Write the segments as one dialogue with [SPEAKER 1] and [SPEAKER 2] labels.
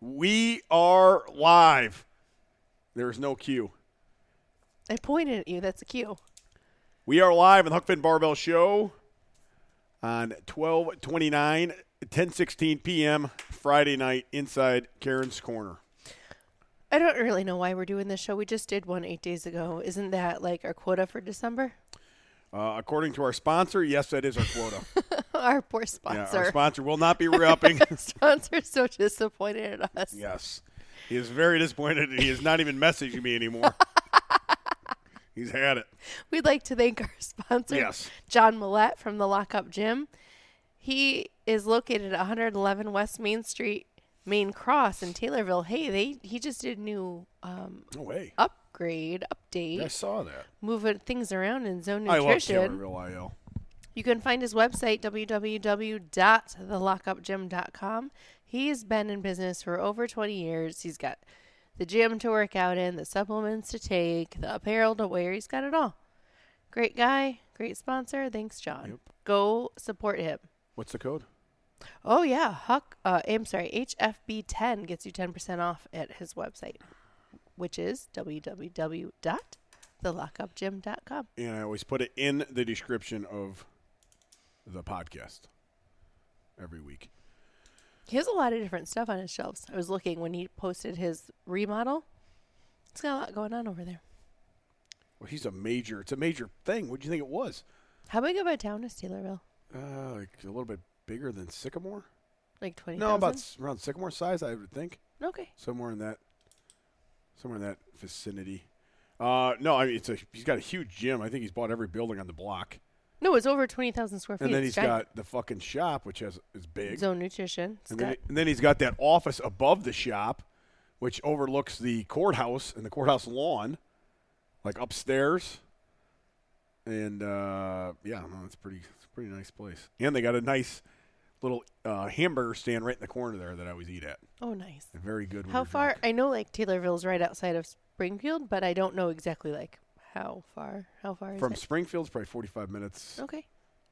[SPEAKER 1] We are live. There is no cue.
[SPEAKER 2] I pointed at you. That's a cue.
[SPEAKER 1] We are live on the Huck Finn Barbell Show on 1229, 1016 p.m. Friday night inside Karen's Corner.
[SPEAKER 2] I don't really know why we're doing this show. We just did one eight days ago. Isn't that like our quota for December?
[SPEAKER 1] Uh, according to our sponsor, yes, that is our quota.
[SPEAKER 2] our poor
[SPEAKER 1] yeah,
[SPEAKER 2] sponsor.
[SPEAKER 1] our sponsor will not be re-upping.
[SPEAKER 2] Sponsor's so disappointed at us.
[SPEAKER 1] yes. He is very disappointed. He is not even messaging me anymore. He's had it.
[SPEAKER 2] We'd like to thank our sponsor,
[SPEAKER 1] Yes.
[SPEAKER 2] John Millette from the Lockup Gym. He is located at 111 West Main Street, Main Cross in Taylorville. Hey, they he just did a new um,
[SPEAKER 1] No way.
[SPEAKER 2] upgrade, update,
[SPEAKER 1] I saw that.
[SPEAKER 2] moving things around in Zone
[SPEAKER 1] I love
[SPEAKER 2] Nutrition.
[SPEAKER 1] Karen Real IL.
[SPEAKER 2] You can find his website, www.thelockupgym.com. He's been in business for over 20 years. He's got the gym to work out in, the supplements to take, the apparel to wear. He's got it all. Great guy, great sponsor. Thanks, John. Go support him.
[SPEAKER 1] What's the code?
[SPEAKER 2] Oh, yeah. Huck, uh, I'm sorry, HFB10 gets you 10% off at his website, which is www.thelockupgym.com.
[SPEAKER 1] and I always put it in the description of the podcast every week.
[SPEAKER 2] He has a lot of different stuff on his shelves. I was looking when he posted his remodel. He's got a lot going on over there.
[SPEAKER 1] Well, he's a major. It's a major thing. What do you think it was?
[SPEAKER 2] How big of a town is Taylorville?
[SPEAKER 1] Uh, like a little bit bigger than Sycamore.
[SPEAKER 2] Like twenty?
[SPEAKER 1] No, about s- around Sycamore size, I would think.
[SPEAKER 2] okay.
[SPEAKER 1] Somewhere in that, somewhere in that vicinity. Uh, no, I mean it's a. He's got a huge gym. I think he's bought every building on the block,
[SPEAKER 2] No, it's over twenty thousand square feet.
[SPEAKER 1] and then
[SPEAKER 2] It's
[SPEAKER 1] he's
[SPEAKER 2] giant.
[SPEAKER 1] got the fucking shop, which has is big.
[SPEAKER 2] Zone Nutrition. It's
[SPEAKER 1] And then,
[SPEAKER 2] got-
[SPEAKER 1] and then he's got that office above the shop, which overlooks the courthouse and the courthouse lawn, like upstairs. And uh, yeah, no, it's pretty, it's a pretty nice place. And they got a nice little uh, hamburger stand right in the corner there that I always eat at.
[SPEAKER 2] oh, nice.
[SPEAKER 1] And very good. when
[SPEAKER 2] How
[SPEAKER 1] you're
[SPEAKER 2] far?
[SPEAKER 1] drunk.
[SPEAKER 2] I know like Taylorville's right outside of Springfield, but I don't know exactly like how far. How far is
[SPEAKER 1] From
[SPEAKER 2] it? Oh.
[SPEAKER 1] Springfield's probably 45 minutes.
[SPEAKER 2] Okay.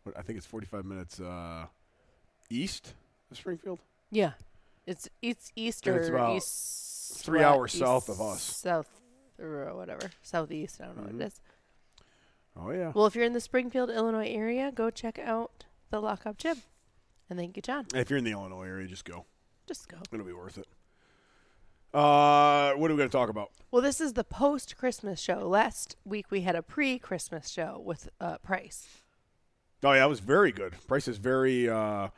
[SPEAKER 1] what- I think it's 45 minutes uh, east of Springfield.
[SPEAKER 2] Yeah, it's it's east
[SPEAKER 1] And
[SPEAKER 2] or
[SPEAKER 1] it's about
[SPEAKER 2] east,
[SPEAKER 1] three
[SPEAKER 2] well,
[SPEAKER 1] hours south of us.
[SPEAKER 2] South or whatever, southeast. I don't know
[SPEAKER 1] Mhm.
[SPEAKER 2] what it is.
[SPEAKER 1] Oh yeah.
[SPEAKER 2] Well, if you're in the Springfield, Illinois area, go check out the Lockup Gym. And thank you, John.
[SPEAKER 1] if you're in the Illinois area, just go.
[SPEAKER 2] Just go.
[SPEAKER 1] It'll be worth it. Uh, what are we going to talk about?
[SPEAKER 2] Well, this is the post Christmas show. Last week we had a pre Christmas show with uh, Price.
[SPEAKER 1] Oh yeah, it was very good. Price is very uh,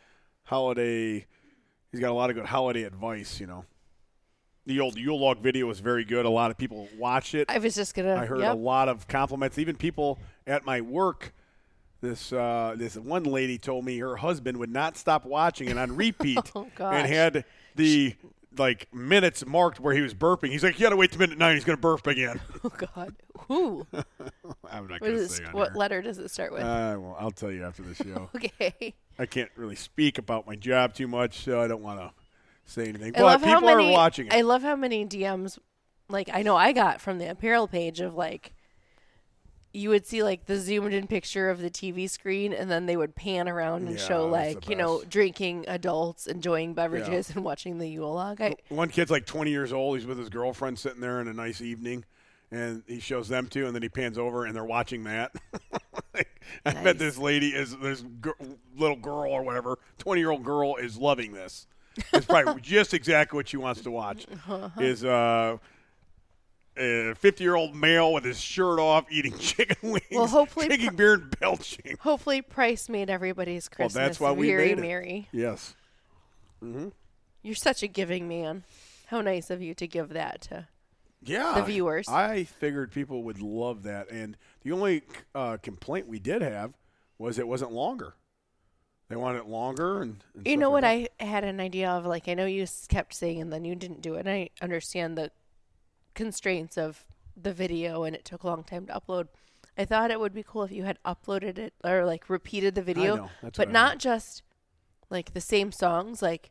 [SPEAKER 1] holiday. He's got a lot of good holiday advice. You know, the old Yule log video was very good. A lot of people watch it.
[SPEAKER 2] I was just gonna.
[SPEAKER 1] I heard
[SPEAKER 2] yep.
[SPEAKER 1] a lot of compliments. Even people at my work. This uh, this one lady told me her husband would not stop watching it on repeat,
[SPEAKER 2] Oh,
[SPEAKER 1] and
[SPEAKER 2] gosh.
[SPEAKER 1] had the like minutes marked where he was burping. He's like, "You got to wait to minute nine. He's going to burp again."
[SPEAKER 2] Oh God. Who? What,
[SPEAKER 1] I'm not going to
[SPEAKER 2] is,
[SPEAKER 1] say on
[SPEAKER 2] what
[SPEAKER 1] here.
[SPEAKER 2] letter does it start with?
[SPEAKER 1] Uh, well, I'll tell you after the show.
[SPEAKER 2] okay.
[SPEAKER 1] I can't really speak about my job too much, so I don't want to say anything.
[SPEAKER 2] I
[SPEAKER 1] But
[SPEAKER 2] love how
[SPEAKER 1] people
[SPEAKER 2] many.
[SPEAKER 1] are watching it.
[SPEAKER 2] I love how many DMs, like I know I got from the apparel page of like. You would see like the zoomed in picture of the TV screen, and then they would pan around and
[SPEAKER 1] Yeah,
[SPEAKER 2] show
[SPEAKER 1] that's the
[SPEAKER 2] like you know
[SPEAKER 1] best.
[SPEAKER 2] drinking adults, enjoying beverages, and watching the Yule log. I,
[SPEAKER 1] One kid's like 20 years old. He's with his girlfriend sitting there in a nice evening, and he shows them two, and then he pans over, and they're watching that. Like, I bet
[SPEAKER 2] Nice.
[SPEAKER 1] this lady is this gir little girl or whatever, 20 year old girl is loving this. It's probably just exactly what she wants to watch.
[SPEAKER 2] Uh-huh.
[SPEAKER 1] Is uh. A 50 year old male with his shirt off eating chicken wings,
[SPEAKER 2] Well, hopefully-
[SPEAKER 1] drinking beer and belching.
[SPEAKER 2] Hopefully, Price made everybody's
[SPEAKER 1] Well,
[SPEAKER 2] Christmas
[SPEAKER 1] that's why we
[SPEAKER 2] very
[SPEAKER 1] made it.
[SPEAKER 2] merry.
[SPEAKER 1] Yes.
[SPEAKER 2] You're such a giving man. How nice of you to give that to.
[SPEAKER 1] Yeah.
[SPEAKER 2] The viewers.
[SPEAKER 1] I figured people would love that. And the only uh, complaint we did have was it wasn't longer. They wanted it longer. And, and
[SPEAKER 2] You
[SPEAKER 1] stuff
[SPEAKER 2] know
[SPEAKER 1] like
[SPEAKER 2] what?
[SPEAKER 1] that.
[SPEAKER 2] I had an idea of like I know you s- kept saying and then you didn't do it. And I understand the constraints of the video and it took a long time to upload. I thought it would be cool if you had uploaded it or like repeated the video,
[SPEAKER 1] know. That's what
[SPEAKER 2] but
[SPEAKER 1] I
[SPEAKER 2] not just like the same songs, like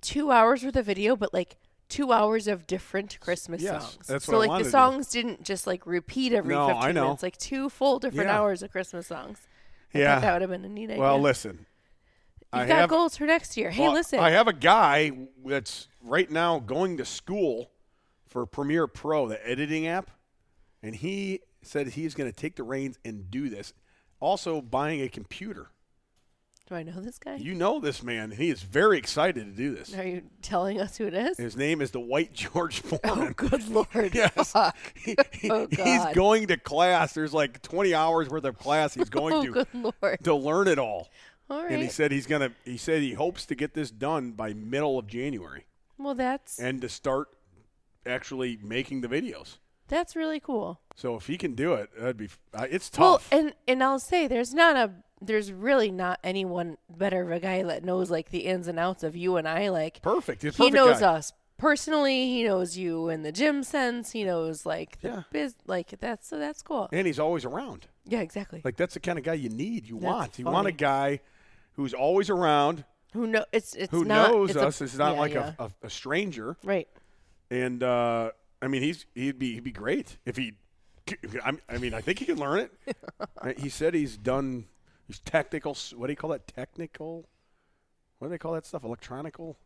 [SPEAKER 2] two hours worth of video, but like two hours of different Christmas
[SPEAKER 1] Yes,
[SPEAKER 2] songs.
[SPEAKER 1] that's
[SPEAKER 2] so
[SPEAKER 1] what I
[SPEAKER 2] like
[SPEAKER 1] wanted to
[SPEAKER 2] the
[SPEAKER 1] do.
[SPEAKER 2] songs didn't just like repeat every
[SPEAKER 1] No, I
[SPEAKER 2] 15
[SPEAKER 1] know.
[SPEAKER 2] minutes, like two full different
[SPEAKER 1] Yeah.
[SPEAKER 2] hours of Christmas songs. I thought
[SPEAKER 1] Yeah.
[SPEAKER 2] that would have been a neat idea.
[SPEAKER 1] Well, listen.
[SPEAKER 2] You've
[SPEAKER 1] I
[SPEAKER 2] got
[SPEAKER 1] have-
[SPEAKER 2] goals for next year. Hey,
[SPEAKER 1] Well,
[SPEAKER 2] listen.
[SPEAKER 1] I have a guy that's right now going to school for Premiere Pro, the editing app, and he said he's going to take the reins and do this. Also, buying a computer.
[SPEAKER 2] Do I know this guy?
[SPEAKER 1] You know this man. He is very excited to do this.
[SPEAKER 2] Are you telling us who it is?
[SPEAKER 1] His name is the White George
[SPEAKER 2] Oh,
[SPEAKER 1] Foreman.
[SPEAKER 2] good lord.
[SPEAKER 1] Yes.
[SPEAKER 2] Fuck.
[SPEAKER 1] He- he-
[SPEAKER 2] Oh,
[SPEAKER 1] he's
[SPEAKER 2] God.
[SPEAKER 1] going to class. There's like 20 hours worth of class he's going
[SPEAKER 2] Oh,
[SPEAKER 1] to
[SPEAKER 2] good lord.
[SPEAKER 1] to learn it all.
[SPEAKER 2] All
[SPEAKER 1] And he
[SPEAKER 2] right.
[SPEAKER 1] said he's gonna. He said he hopes to get this done by middle of January.
[SPEAKER 2] Well, that's
[SPEAKER 1] and to start actually making the videos.
[SPEAKER 2] that's really cool.
[SPEAKER 1] So if he can do it, that'd be. Uh, it's
[SPEAKER 2] Well,
[SPEAKER 1] tough.
[SPEAKER 2] and and I'll say there's not a there's really not anyone better of a guy that knows like the ins and outs of you and I like.
[SPEAKER 1] perfect. He's a
[SPEAKER 2] he
[SPEAKER 1] perfect
[SPEAKER 2] knows
[SPEAKER 1] guy.
[SPEAKER 2] us personally. He knows you in the gym sense. He knows like the
[SPEAKER 1] Yeah.
[SPEAKER 2] biz. Like that's so that's cool.
[SPEAKER 1] and he's always around.
[SPEAKER 2] Yeah, exactly.
[SPEAKER 1] Like that's the kind of guy you need. You
[SPEAKER 2] That's
[SPEAKER 1] want. You want a
[SPEAKER 2] funny.
[SPEAKER 1] guy who's always around,
[SPEAKER 2] who know? It's it's
[SPEAKER 1] who
[SPEAKER 2] not,
[SPEAKER 1] knows
[SPEAKER 2] it's a-
[SPEAKER 1] us. it's not
[SPEAKER 2] yeah,
[SPEAKER 1] like
[SPEAKER 2] yeah.
[SPEAKER 1] A, a, a stranger.
[SPEAKER 2] right.
[SPEAKER 1] And uh, I mean, he's he'd be he'd be great if he. I'm- I mean, I think he can learn it. Uh, he said he's done. He's technical. s- What do you call that? Technical. What do they call that stuff? Electronical.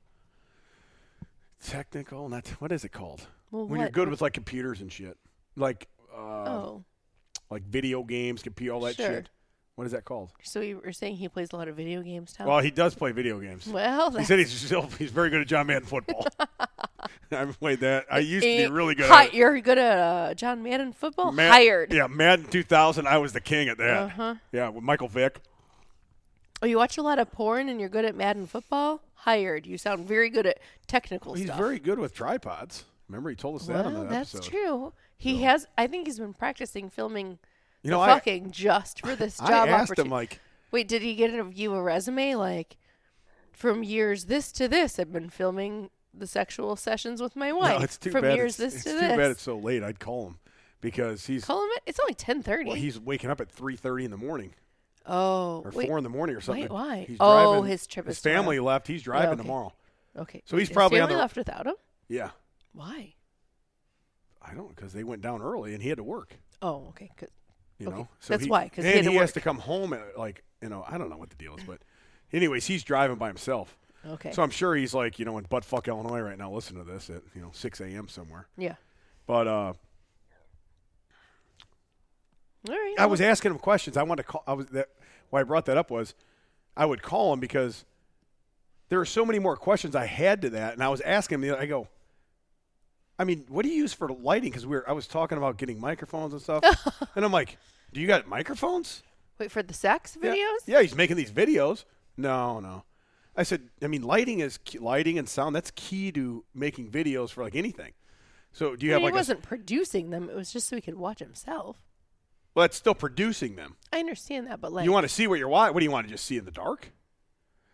[SPEAKER 1] Technical. Not what is it called?
[SPEAKER 2] Well,
[SPEAKER 1] when you're
[SPEAKER 2] what-
[SPEAKER 1] good with like computers and shit, like uh,
[SPEAKER 2] Oh,
[SPEAKER 1] like video games, computer, all that
[SPEAKER 2] Sure.
[SPEAKER 1] shit. What is that called?
[SPEAKER 2] so you were saying he plays a lot of video games now?
[SPEAKER 1] Well, he does play video games.
[SPEAKER 2] Oh. well,
[SPEAKER 1] He
[SPEAKER 2] that's
[SPEAKER 1] said he's still, he's very good at John Madden football. I've played that. I used to
[SPEAKER 2] eh,
[SPEAKER 1] be really good.
[SPEAKER 2] hi-
[SPEAKER 1] at it.
[SPEAKER 2] You're good at uh, John Madden football.
[SPEAKER 1] Mad-
[SPEAKER 2] Hired.
[SPEAKER 1] Yeah, Madden 2000. I was the king at that.
[SPEAKER 2] Uh-huh.
[SPEAKER 1] Yeah, with Michael Vick.
[SPEAKER 2] Oh, you watch a lot of porn and you're good at Madden football? Hired. You sound very good at technical
[SPEAKER 1] He's
[SPEAKER 2] stuff.
[SPEAKER 1] very good with tripods. Remember, he told us that on
[SPEAKER 2] Well,
[SPEAKER 1] that
[SPEAKER 2] that's
[SPEAKER 1] episode.
[SPEAKER 2] true. He has. I think he's been practicing filming.
[SPEAKER 1] You
[SPEAKER 2] the
[SPEAKER 1] know, I-
[SPEAKER 2] fucking just for this
[SPEAKER 1] I
[SPEAKER 2] job
[SPEAKER 1] asked him
[SPEAKER 2] opportunity.
[SPEAKER 1] like,
[SPEAKER 2] Wait, did he get a you a resume like from years this to this? I've been filming the sexual sessions with my wife.
[SPEAKER 1] no, it's too
[SPEAKER 2] from
[SPEAKER 1] bad.
[SPEAKER 2] years
[SPEAKER 1] it's
[SPEAKER 2] this
[SPEAKER 1] it's
[SPEAKER 2] to
[SPEAKER 1] too
[SPEAKER 2] this.
[SPEAKER 1] bad. It's so late. I'd call him because he's
[SPEAKER 2] Call him. It. It's only ten thirty.
[SPEAKER 1] well, he's waking up at 3:30 in the morning
[SPEAKER 2] oh,
[SPEAKER 1] or
[SPEAKER 2] wait.
[SPEAKER 1] four in the morning or something.
[SPEAKER 2] why?
[SPEAKER 1] He's
[SPEAKER 2] Oh,
[SPEAKER 1] driving-
[SPEAKER 2] his trip
[SPEAKER 1] His
[SPEAKER 2] is
[SPEAKER 1] family left. He's driving
[SPEAKER 2] okay.
[SPEAKER 1] tomorrow.
[SPEAKER 2] Okay.
[SPEAKER 1] So he's
[SPEAKER 2] His
[SPEAKER 1] probably on
[SPEAKER 2] family
[SPEAKER 1] the-
[SPEAKER 2] left without him.
[SPEAKER 1] Yeah,
[SPEAKER 2] Why?
[SPEAKER 1] I don't because they went down early and he had to work.
[SPEAKER 2] Oh, okay. Good.
[SPEAKER 1] You
[SPEAKER 2] Okay.
[SPEAKER 1] know,
[SPEAKER 2] That's why, 'cause he
[SPEAKER 1] and
[SPEAKER 2] had to
[SPEAKER 1] he has
[SPEAKER 2] work.
[SPEAKER 1] to come home at like you know I don't know what the deal is, but anyways, he's driving by himself.
[SPEAKER 2] Okay.
[SPEAKER 1] So I'm sure he's like, you know, in butt fuck Illinois right now, listen to this at, you know, 6 a.m. somewhere.
[SPEAKER 2] yeah.
[SPEAKER 1] But uh,
[SPEAKER 2] All right.
[SPEAKER 1] I was asking him questions. I wanted to call. I was that. Why I brought that up was, I would call him because there are so many more questions I had to that, and I was asking him. the other- I go, I mean, what do you use for lighting? Because we were, I was talking about getting microphones and stuff, and I'm like, do you got microphones?
[SPEAKER 2] wait for the sex
[SPEAKER 1] Yeah.
[SPEAKER 2] videos.
[SPEAKER 1] Yeah, he's making these videos. No, no. I said, I mean, lighting is key, lighting and sound. That's key to making videos for like anything. So do you
[SPEAKER 2] I
[SPEAKER 1] have
[SPEAKER 2] mean,
[SPEAKER 1] like
[SPEAKER 2] he
[SPEAKER 1] a-
[SPEAKER 2] wasn't producing them. It was just so he could watch himself.
[SPEAKER 1] well, that's still producing them.
[SPEAKER 2] I understand that, but like,
[SPEAKER 1] you want to see what you're watching? What do you want to just see in the dark?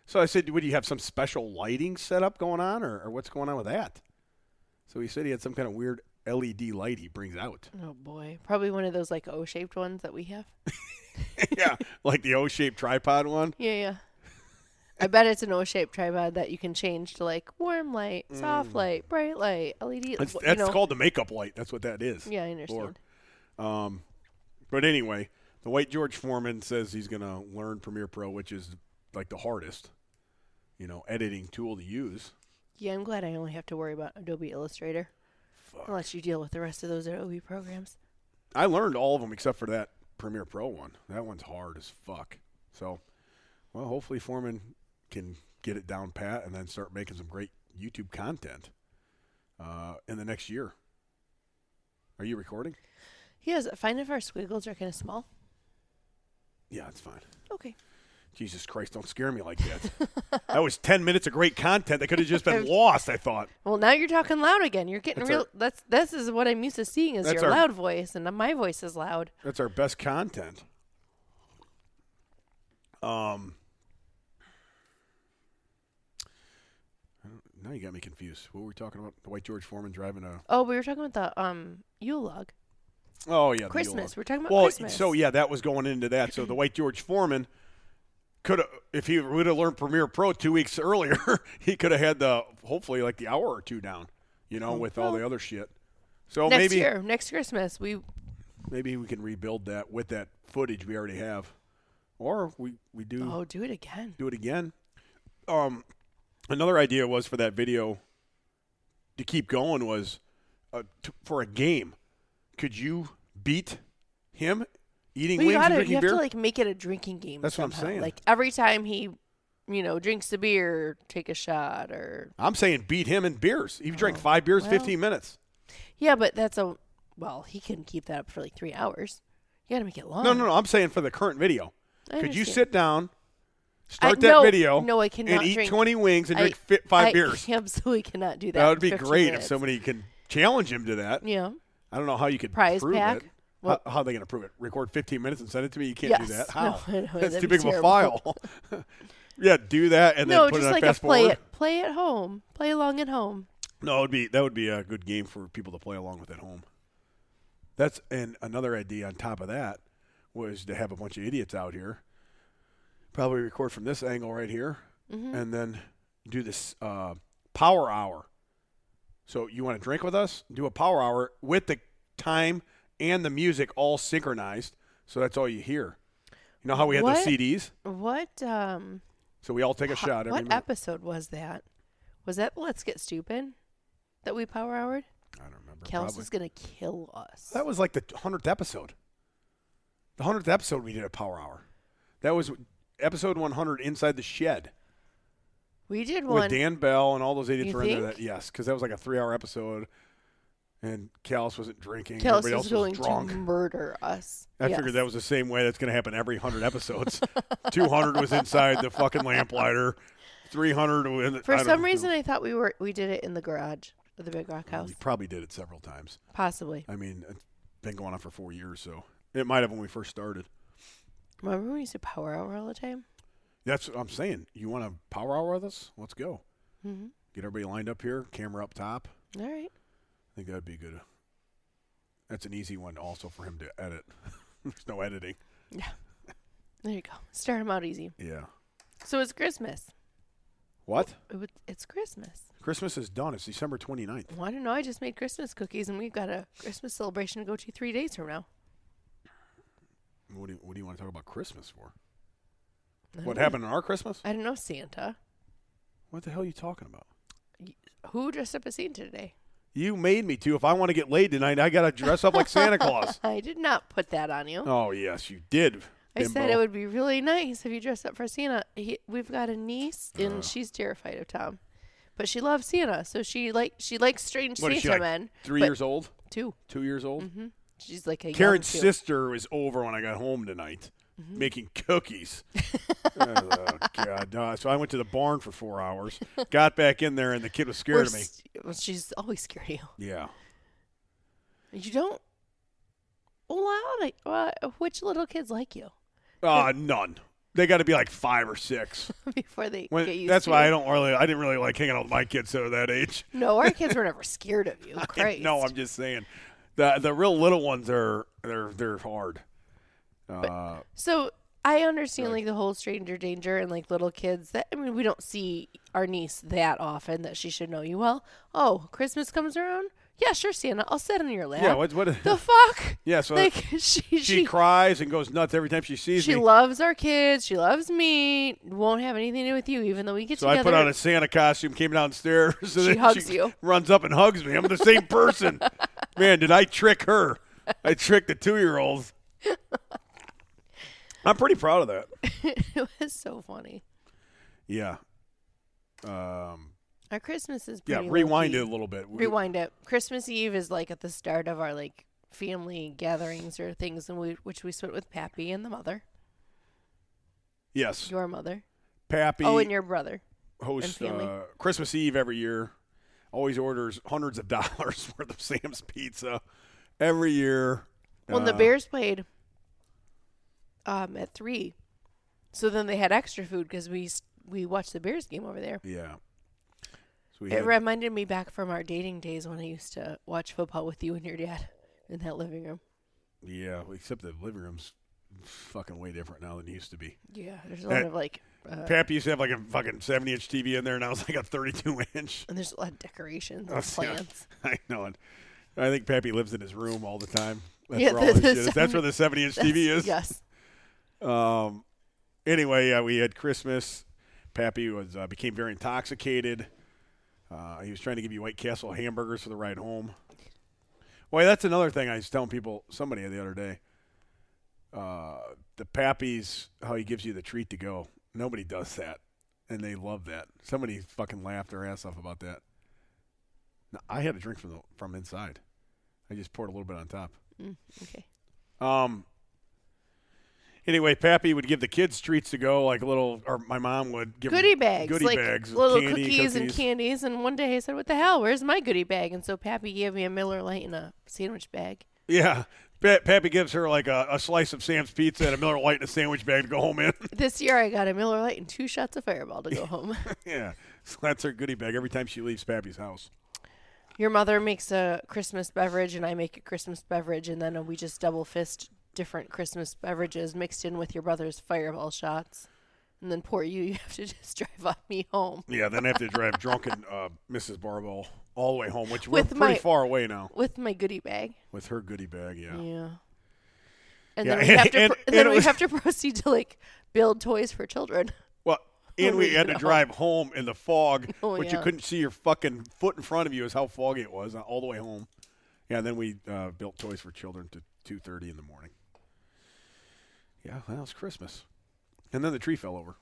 [SPEAKER 1] So I said, would you have some special lighting setup going on, or, or what's going on with that? So he said he had some kind of weird LED light he brings out.
[SPEAKER 2] oh boy, probably one of those like O-shaped ones that we have.
[SPEAKER 1] yeah, like the O-shaped tripod one.
[SPEAKER 2] Yeah, yeah. I bet it's an O-shaped tripod that you can change to like warm light, soft light, bright light, LED.
[SPEAKER 1] Hmm. That's,
[SPEAKER 2] wh- you
[SPEAKER 1] that's
[SPEAKER 2] know.
[SPEAKER 1] called the makeup light. That's what that is.
[SPEAKER 2] Yeah, I understand.
[SPEAKER 1] Or, um, but anyway, the white George Foreman says he's going to learn Premiere Pro, which is like the hardest, you know, editing tool to use.
[SPEAKER 2] Yeah, I'm glad I only have to worry about Adobe Illustrator,
[SPEAKER 1] Fuck.
[SPEAKER 2] unless you deal with the rest of those Adobe programs.
[SPEAKER 1] I learned all of them except for that Premiere Pro one. That one's hard as fuck. So, well, hopefully Foreman can get it down pat and then start making some great YouTube content uh, in the next year. Are you recording?
[SPEAKER 2] He has. Find if our squiggles are kind of small.
[SPEAKER 1] Yeah, it's fine.
[SPEAKER 2] Okay.
[SPEAKER 1] Jesus Christ, don't scare me like that. that was 10 minutes of great content that could have just been lost, I thought.
[SPEAKER 2] Well, now you're talking loud again. You're getting
[SPEAKER 1] That's
[SPEAKER 2] real.
[SPEAKER 1] our-
[SPEAKER 2] that's this is what I'm used to seeing is
[SPEAKER 1] That's
[SPEAKER 2] your
[SPEAKER 1] our-
[SPEAKER 2] loud voice, and my voice is loud.
[SPEAKER 1] That's our best content. Um, I don't- now you got me confused. What were we talking about? The White George Foreman driving a.
[SPEAKER 2] Oh, we were talking about the um Yule log.
[SPEAKER 1] Oh, yeah. the
[SPEAKER 2] Christmas.
[SPEAKER 1] Yule.
[SPEAKER 2] We're talking about
[SPEAKER 1] Well,
[SPEAKER 2] Christmas.
[SPEAKER 1] so, yeah, that was going into that. So the White George Foreman could have, if he would have learned Premiere Pro two weeks earlier, he could have had the, hopefully, like the hour or two down, you know, with all the other shit. So
[SPEAKER 2] Oh, next
[SPEAKER 1] maybe.
[SPEAKER 2] year, next Christmas, we
[SPEAKER 1] Maybe we can rebuild that with that footage we already have, or we we do
[SPEAKER 2] oh do it again.
[SPEAKER 1] do it again. um, another idea was for that video to keep going was uh, t- for a game. Could you beat him eating
[SPEAKER 2] But you
[SPEAKER 1] wings and
[SPEAKER 2] gotta,
[SPEAKER 1] drinking
[SPEAKER 2] you have
[SPEAKER 1] beer?
[SPEAKER 2] to like make it a drinking game.
[SPEAKER 1] That's what I'm
[SPEAKER 2] somehow.
[SPEAKER 1] saying.
[SPEAKER 2] Like every time he, you know, drinks the beer, take a shot or
[SPEAKER 1] I'm saying beat him in beers. He drank five beers, in
[SPEAKER 2] Oh, well.
[SPEAKER 1] 15 minutes.
[SPEAKER 2] yeah, but that's a well, he can keep that up for like three hours. You gotta make it long.
[SPEAKER 1] No, no, no. I'm saying for the current video.
[SPEAKER 2] I
[SPEAKER 1] Could you
[SPEAKER 2] oh. understand.
[SPEAKER 1] sit down, start that
[SPEAKER 2] no,
[SPEAKER 1] video,
[SPEAKER 2] no, I
[SPEAKER 1] and
[SPEAKER 2] cannot
[SPEAKER 1] eat
[SPEAKER 2] drink.
[SPEAKER 1] 20 wings and
[SPEAKER 2] I-
[SPEAKER 1] drink fi- five
[SPEAKER 2] I
[SPEAKER 1] beers?
[SPEAKER 2] Absolutely cannot do that.
[SPEAKER 1] That would be
[SPEAKER 2] in 15
[SPEAKER 1] great
[SPEAKER 2] minutes.
[SPEAKER 1] if somebody can challenge him to that.
[SPEAKER 2] Yeah.
[SPEAKER 1] I don't know how you could
[SPEAKER 2] Prize
[SPEAKER 1] prove
[SPEAKER 2] pack?
[SPEAKER 1] it. How-
[SPEAKER 2] Well-
[SPEAKER 1] how, are they going to prove it? Record 15 minutes and send it to me? You can't do
[SPEAKER 2] Yes.
[SPEAKER 1] that.
[SPEAKER 2] No,
[SPEAKER 1] How?
[SPEAKER 2] I know.
[SPEAKER 1] That's
[SPEAKER 2] That'd
[SPEAKER 1] too
[SPEAKER 2] be
[SPEAKER 1] big of a
[SPEAKER 2] terrible.
[SPEAKER 1] file. yeah, do that and
[SPEAKER 2] No,
[SPEAKER 1] then put
[SPEAKER 2] just
[SPEAKER 1] it on
[SPEAKER 2] like a
[SPEAKER 1] fast
[SPEAKER 2] play
[SPEAKER 1] forward.
[SPEAKER 2] it, play at home, play along at home.
[SPEAKER 1] No, it would be that would be a good game for people to play along with at home. That's and another idea on top of that was to have a bunch of idiots out here. Probably record from this angle right here,
[SPEAKER 2] Mm-hmm.
[SPEAKER 1] and then do this uh, power hour. So you want to drink with us? Do a power hour with the time and the music all synchronized. So that's all you hear. You know how we had
[SPEAKER 2] What?
[SPEAKER 1] the CDs?
[SPEAKER 2] What um,
[SPEAKER 1] So we all take a shot every
[SPEAKER 2] what
[SPEAKER 1] minute.
[SPEAKER 2] episode was that? Was that Let's Get Stupid that we power houred?
[SPEAKER 1] I don't remember.
[SPEAKER 2] Kels
[SPEAKER 1] probably.
[SPEAKER 2] is gonna kill us.
[SPEAKER 1] That was like the hundredth episode. The hundredth episode we did a Power Hour. That was episode one hundred inside the shed
[SPEAKER 2] we did one.
[SPEAKER 1] with Dan Bell and all those idiots
[SPEAKER 2] You
[SPEAKER 1] were in there.
[SPEAKER 2] think?
[SPEAKER 1] That, yes, because that was like a three-hour episode, and Callis wasn't drinking.
[SPEAKER 2] Kels
[SPEAKER 1] Everybody
[SPEAKER 2] is
[SPEAKER 1] else
[SPEAKER 2] going
[SPEAKER 1] was drunk.
[SPEAKER 2] to murder us.
[SPEAKER 1] I figured that was the same way that's going to happen every hundred episodes. Two hundred was inside the fucking lamplighter. Three hundred
[SPEAKER 2] For some reason, I thought we were we did it in the garage of the Big Rock House.
[SPEAKER 1] we probably did it several times.
[SPEAKER 2] Possibly.
[SPEAKER 1] I mean, it's been going on for four years, so it might have when we first started.
[SPEAKER 2] Remember when we used to power hour all the time?
[SPEAKER 1] That's what I'm saying. You want to power hour with us? Let's go.
[SPEAKER 2] hmm
[SPEAKER 1] Get everybody lined up here, camera up top.
[SPEAKER 2] All right.
[SPEAKER 1] I think that'd be good. That's an easy one also for him to edit. There's no editing.
[SPEAKER 2] There you go. Start them out easy.
[SPEAKER 1] Yeah.
[SPEAKER 2] So it's Christmas.
[SPEAKER 1] What?
[SPEAKER 2] It was- It's Christmas.
[SPEAKER 1] Christmas is done. It's December 29th.
[SPEAKER 2] Well, I don't know. I just made Christmas cookies, and we've got a Christmas celebration to go to three days from now.
[SPEAKER 1] What do you, what do you want to talk about Christmas for?
[SPEAKER 2] I don't
[SPEAKER 1] What
[SPEAKER 2] know.
[SPEAKER 1] happened on our Christmas?
[SPEAKER 2] I don't know Santa.
[SPEAKER 1] What the hell are you talking about?
[SPEAKER 2] Who dressed up as Santa today?
[SPEAKER 1] You made me to. If I want to get laid tonight, I got to dress up like Santa Claus.
[SPEAKER 2] I did not put that on you.
[SPEAKER 1] Oh, yes, you did.
[SPEAKER 2] I said
[SPEAKER 1] bimbo.
[SPEAKER 2] it would be really nice if you dressed up for Santa. He, we've got a niece, and
[SPEAKER 1] Ugh.
[SPEAKER 2] she's terrified of Tom, but she loves Santa, so she like she likes strange
[SPEAKER 1] What is
[SPEAKER 2] Santa
[SPEAKER 1] she, like,
[SPEAKER 2] men.
[SPEAKER 1] Three
[SPEAKER 2] but-
[SPEAKER 1] years old?
[SPEAKER 2] Two.
[SPEAKER 1] Two years old?
[SPEAKER 2] Mm-hmm. She's like a
[SPEAKER 1] Karen's
[SPEAKER 2] young two.
[SPEAKER 1] sister was over when I got home tonight,
[SPEAKER 2] Mm-hmm.
[SPEAKER 1] making cookies. oh God! No, so I went to the barn for four hours, got back in there, and the kid was
[SPEAKER 2] We're
[SPEAKER 1] scared of me.
[SPEAKER 2] s- well, she's always scared of you.
[SPEAKER 1] Yeah,
[SPEAKER 2] You don't allow to, uh, which little kids like you
[SPEAKER 1] uh, none. They got to be like five or six.
[SPEAKER 2] before they
[SPEAKER 1] When-
[SPEAKER 2] get used.
[SPEAKER 1] that's
[SPEAKER 2] to
[SPEAKER 1] why
[SPEAKER 2] you.
[SPEAKER 1] I don't really, I didn't really like hanging out with my kids that are that age.
[SPEAKER 2] No, our kids were never scared of you. Christ.
[SPEAKER 1] no, I'm just saying, the the real little ones are they're they're hard. Uh,
[SPEAKER 2] So I understand like the whole stranger danger and like little kids that I mean we don't see our niece that often that she should know you well. Oh, Christmas comes around? Yeah, sure, Santa. I'll sit on your lap.
[SPEAKER 1] yeah, what what?
[SPEAKER 2] the fuck?
[SPEAKER 1] Yeah, so
[SPEAKER 2] like she
[SPEAKER 1] she
[SPEAKER 2] she
[SPEAKER 1] cries and goes nuts every time she sees
[SPEAKER 2] she
[SPEAKER 1] me.
[SPEAKER 2] loves our kids. She loves me. Won't have anything to do with you, even though we get
[SPEAKER 1] So
[SPEAKER 2] together.
[SPEAKER 1] I put on a Santa costume, came downstairs. And then
[SPEAKER 2] hugs you.
[SPEAKER 1] Runs up and hugs me. I'm the same person. Man, did I trick her? I tricked the two year old. I'm pretty proud of that.
[SPEAKER 2] it was so funny.
[SPEAKER 1] Yeah. Um,
[SPEAKER 2] Our Christmas is
[SPEAKER 1] yeah,
[SPEAKER 2] pretty
[SPEAKER 1] rewind it
[SPEAKER 2] low-key.
[SPEAKER 1] a little bit. We-
[SPEAKER 2] rewind it. Christmas Eve is like at the start of our like family gatherings or things, and we which we spent with Pappy and the mother,
[SPEAKER 1] Yes.
[SPEAKER 2] your mother,
[SPEAKER 1] Pappy
[SPEAKER 2] oh, and your brother. and
[SPEAKER 1] hosts
[SPEAKER 2] family.
[SPEAKER 1] uh, Christmas Eve every year, always orders hundreds of dollars worth of Sam's Pizza every year.
[SPEAKER 2] Well, and the
[SPEAKER 1] Uh,
[SPEAKER 2] Bears played um at three, so then they had extra food because we s- we watched the Bears game over there.
[SPEAKER 1] Yeah. So we
[SPEAKER 2] It
[SPEAKER 1] had
[SPEAKER 2] reminded me back from our dating days when I used to watch football with you and your dad in that living room.
[SPEAKER 1] Yeah, well, except the living room's fucking way different now than it used to be.
[SPEAKER 2] Yeah, there's a lot
[SPEAKER 1] Uh,
[SPEAKER 2] of like, uh,
[SPEAKER 1] Pappy used to have like a fucking 70 inch TV in there, now it's like a 32 inch.
[SPEAKER 2] and there's a lot of decorations
[SPEAKER 1] Oh,
[SPEAKER 2] and
[SPEAKER 1] yeah.
[SPEAKER 2] plants.
[SPEAKER 1] I know. And I think Pappy lives in his room all the time. That's
[SPEAKER 2] Yeah,
[SPEAKER 1] where all
[SPEAKER 2] the-
[SPEAKER 1] his
[SPEAKER 2] the
[SPEAKER 1] shit is. That's where the 70 inch TV
[SPEAKER 2] That's-
[SPEAKER 1] is.
[SPEAKER 2] Yes.
[SPEAKER 1] Um, anyway, yeah, we had Christmas. Pappy was uh, became very intoxicated. Uh, he was trying to give you White Castle hamburgers for the ride home. Well, that's another thing I was telling people somebody the other day. Uh, the Pappy's how he gives you the treat to go. Nobody does that, and they love that. Somebody fucking laughed their ass off about that. No, I had a drink from the from inside. I just poured a little bit on top.
[SPEAKER 2] Mm, okay.
[SPEAKER 1] Um. Anyway, Pappy would give the kids treats to go, like little, or my mom would give them
[SPEAKER 2] Goodie bags,
[SPEAKER 1] goodie
[SPEAKER 2] like
[SPEAKER 1] bags, with
[SPEAKER 2] little
[SPEAKER 1] candy,
[SPEAKER 2] cookies, and candies. And one day I said, "What the hell? Where's my goodie bag?" And so Pappy gave me a Miller Lite and a sandwich bag.
[SPEAKER 1] Yeah. Pa- Pappy gives her like a, a slice of Sam's pizza and a Miller Lite and a sandwich bag to go home in.
[SPEAKER 2] This year I got a Miller Lite and two shots of Fireball to go home.
[SPEAKER 1] yeah. So that's her goodie bag every time she leaves Pappy's house.
[SPEAKER 2] Your mother makes a Christmas beverage, and I make a Christmas beverage, and then we just double fist different Christmas beverages mixed in with your brother's Fireball shots. And then poor you, you have to just drive on me home
[SPEAKER 1] Yeah. Then I have to drive drunken uh, Mrs. Barbell all the way home, which
[SPEAKER 2] With
[SPEAKER 1] we're
[SPEAKER 2] my-
[SPEAKER 1] pretty far away now
[SPEAKER 2] with my goodie bag.
[SPEAKER 1] with her goodie bag. Yeah.
[SPEAKER 2] Yeah. And
[SPEAKER 1] Yeah,
[SPEAKER 2] then we have to
[SPEAKER 1] and-
[SPEAKER 2] pro- and then
[SPEAKER 1] and it
[SPEAKER 2] we
[SPEAKER 1] was-
[SPEAKER 2] have to proceed to like build toys for children.
[SPEAKER 1] Well, and we
[SPEAKER 2] We
[SPEAKER 1] had to
[SPEAKER 2] know.
[SPEAKER 1] drive home in the fog,
[SPEAKER 2] Oh,
[SPEAKER 1] which you
[SPEAKER 2] yeah.
[SPEAKER 1] couldn't see your fucking foot in front of you, is how foggy it was uh, all the way home. Yeah, then we uh, built toys for children to two thirty in the morning. Yeah, well, that was Christmas, and then the tree fell over.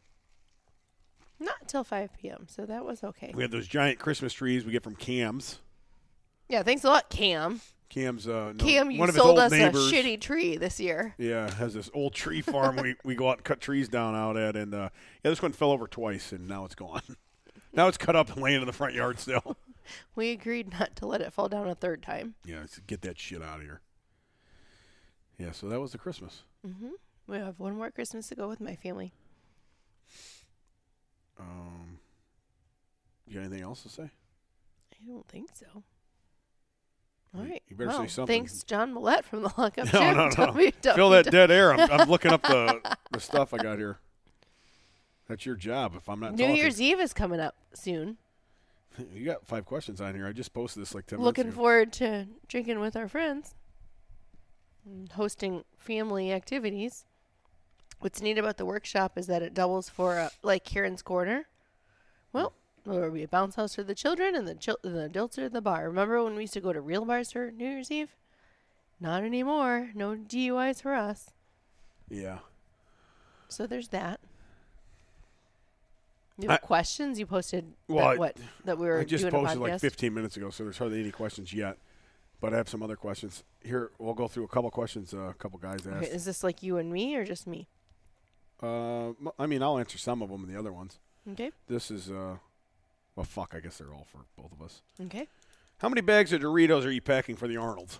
[SPEAKER 2] Not till 5 p.m., so that was okay.
[SPEAKER 1] We had those giant Christmas trees we get from Cam's.
[SPEAKER 2] Yeah, thanks a lot, Cam.
[SPEAKER 1] Cam's, uh, no-
[SPEAKER 2] Cam, you
[SPEAKER 1] one of his
[SPEAKER 2] sold
[SPEAKER 1] old
[SPEAKER 2] us
[SPEAKER 1] neighbors.
[SPEAKER 2] a shitty tree this year.
[SPEAKER 1] Yeah, has this old tree farm we, we go out and cut trees down out at, and uh, yeah, this one fell over twice, and now it's gone. now it's cut up and laying in the front yard still.
[SPEAKER 2] We agreed not to let it fall down a third time.
[SPEAKER 1] Yeah, it's- get that shit out of here. Yeah, so that was the Christmas.
[SPEAKER 2] Mm-hmm. We have one more Christmas to go with my family.
[SPEAKER 1] Um, you got anything else to say?
[SPEAKER 2] I don't think so. All
[SPEAKER 1] You-
[SPEAKER 2] right.
[SPEAKER 1] you better say
[SPEAKER 2] Well,
[SPEAKER 1] something.
[SPEAKER 2] Thanks, John Millette from the Lock Up
[SPEAKER 1] No,
[SPEAKER 2] Gym.
[SPEAKER 1] no, no.
[SPEAKER 2] WW.
[SPEAKER 1] Fill that dead air. I'm, I'm looking up the the stuff I got here. That's your job. If I'm not
[SPEAKER 2] New
[SPEAKER 1] talking,
[SPEAKER 2] Year's Eve is coming up soon.
[SPEAKER 1] you got five questions on here. I just posted this like ten
[SPEAKER 2] Looking
[SPEAKER 1] minutes ago.
[SPEAKER 2] forward to drinking with our friends, and hosting family activities. What's neat about the workshop is that it doubles for uh like Karen's Corner. Well, there will be a bounce house for the children, and the chil- and the adults are at the bar. Remember when we used to go to real bars for New Year's Eve? Not anymore. No DUIs for us.
[SPEAKER 1] yeah.
[SPEAKER 2] So there's that. You
[SPEAKER 1] I-
[SPEAKER 2] have questions? You posted
[SPEAKER 1] Well,
[SPEAKER 2] that,
[SPEAKER 1] I-
[SPEAKER 2] what that we were
[SPEAKER 1] I just
[SPEAKER 2] doing
[SPEAKER 1] posted
[SPEAKER 2] a podcast.
[SPEAKER 1] like 15 minutes ago, so there's hardly any questions yet. But I have some other questions here. We'll go through a couple questions. Uh, a couple guys asked.
[SPEAKER 2] Okay, is this like you and me or just me?
[SPEAKER 1] Uh, m- I mean, I'll answer some of them and the other ones.
[SPEAKER 2] Okay.
[SPEAKER 1] This is uh, well, fuck. I guess they're all for both of us.
[SPEAKER 2] Okay.
[SPEAKER 1] How many bags of Doritos are you packing for the Arnold's?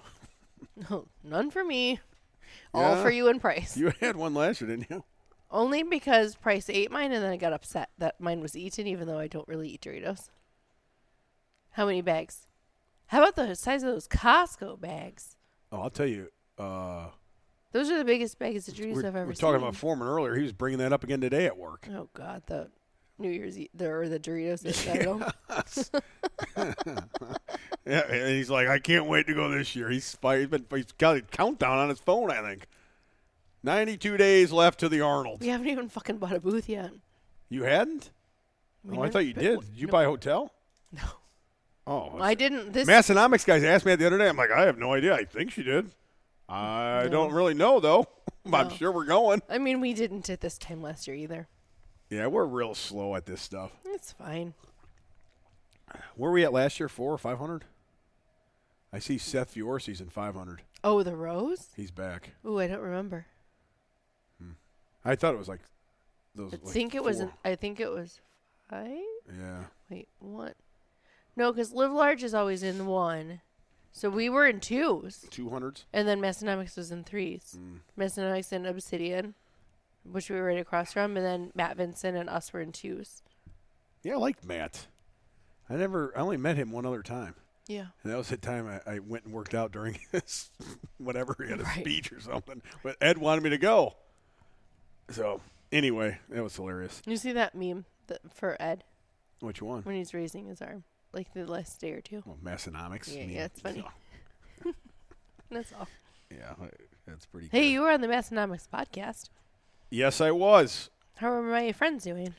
[SPEAKER 2] No, none for me. All
[SPEAKER 1] Yeah.
[SPEAKER 2] for you and Price.
[SPEAKER 1] You had one last year, didn't you?
[SPEAKER 2] Only because Price ate mine and then I got upset that mine was eaten, even though I don't really eat Doritos. How many bags? How about the size of those Costco bags?
[SPEAKER 1] Oh, I'll tell you. Uh,
[SPEAKER 2] Those are the biggest bags of Doritos
[SPEAKER 1] we're,
[SPEAKER 2] I've ever
[SPEAKER 1] we're
[SPEAKER 2] seen.
[SPEAKER 1] talking about Foreman earlier. He was bringing that up again today at work.
[SPEAKER 2] oh God, the New Year's Eve, the, or the Doritos that settle.
[SPEAKER 1] Yeah, and he's like, I can't wait to go this year. He's fi- he's, been, he's got a countdown on his phone. I think. Ninety-two days left to the Arnold.
[SPEAKER 2] We haven't even fucking bought a booth yet.
[SPEAKER 1] You hadn't?
[SPEAKER 2] We
[SPEAKER 1] Oh, I
[SPEAKER 2] never
[SPEAKER 1] thought you
[SPEAKER 2] been-
[SPEAKER 1] did. Did you
[SPEAKER 2] no.
[SPEAKER 1] buy a hotel?
[SPEAKER 2] No,
[SPEAKER 1] Oh,
[SPEAKER 2] I didn't. This
[SPEAKER 1] Massonomics guys asked me that the other day. I'm like, I have no idea. I think she did. I don't really know though. I'm
[SPEAKER 2] No.
[SPEAKER 1] sure we're going.
[SPEAKER 2] I mean, we didn't at this time last year either.
[SPEAKER 1] Yeah, we're real slow at this stuff.
[SPEAKER 2] It's fine.
[SPEAKER 1] Where were we at last year? Four or five hundred? I see Seth Fiorci's in five hundred.
[SPEAKER 2] Oh, the rose.
[SPEAKER 1] He's back.
[SPEAKER 2] Ooh, I don't remember.
[SPEAKER 1] I thought it was like those.
[SPEAKER 2] I
[SPEAKER 1] like,
[SPEAKER 2] think it was.
[SPEAKER 1] four.
[SPEAKER 2] An, I think it was five.
[SPEAKER 1] yeah.
[SPEAKER 2] Wait, what? No, because Live Large is always in one, so we were in twos,
[SPEAKER 1] Two hundreds.
[SPEAKER 2] and then Massonomics was in threes.
[SPEAKER 1] Hmm.
[SPEAKER 2] Massonomics and Obsidian, which we were right across from, and then Matt Vincent and us were in twos.
[SPEAKER 1] Yeah, I liked Matt. I never. I only met him one other time.
[SPEAKER 2] Yeah.
[SPEAKER 1] And that was the time I, I went and worked out during his whatever he had a
[SPEAKER 2] Right.
[SPEAKER 1] speech or something. But Ed wanted me to go. So anyway, that was hilarious.
[SPEAKER 2] You see that meme that, for Ed
[SPEAKER 1] Which one?
[SPEAKER 2] when he's raising his arm, like the last day or two.
[SPEAKER 1] Well, Massonomics.
[SPEAKER 2] Yeah,
[SPEAKER 1] I mean,
[SPEAKER 2] yeah, it's funny.
[SPEAKER 1] so,
[SPEAKER 2] That's all.
[SPEAKER 1] Yeah, that's pretty.
[SPEAKER 2] Hey,
[SPEAKER 1] good.
[SPEAKER 2] you were on the Massonomics podcast.
[SPEAKER 1] Yes, I was.
[SPEAKER 2] How are my friends doing?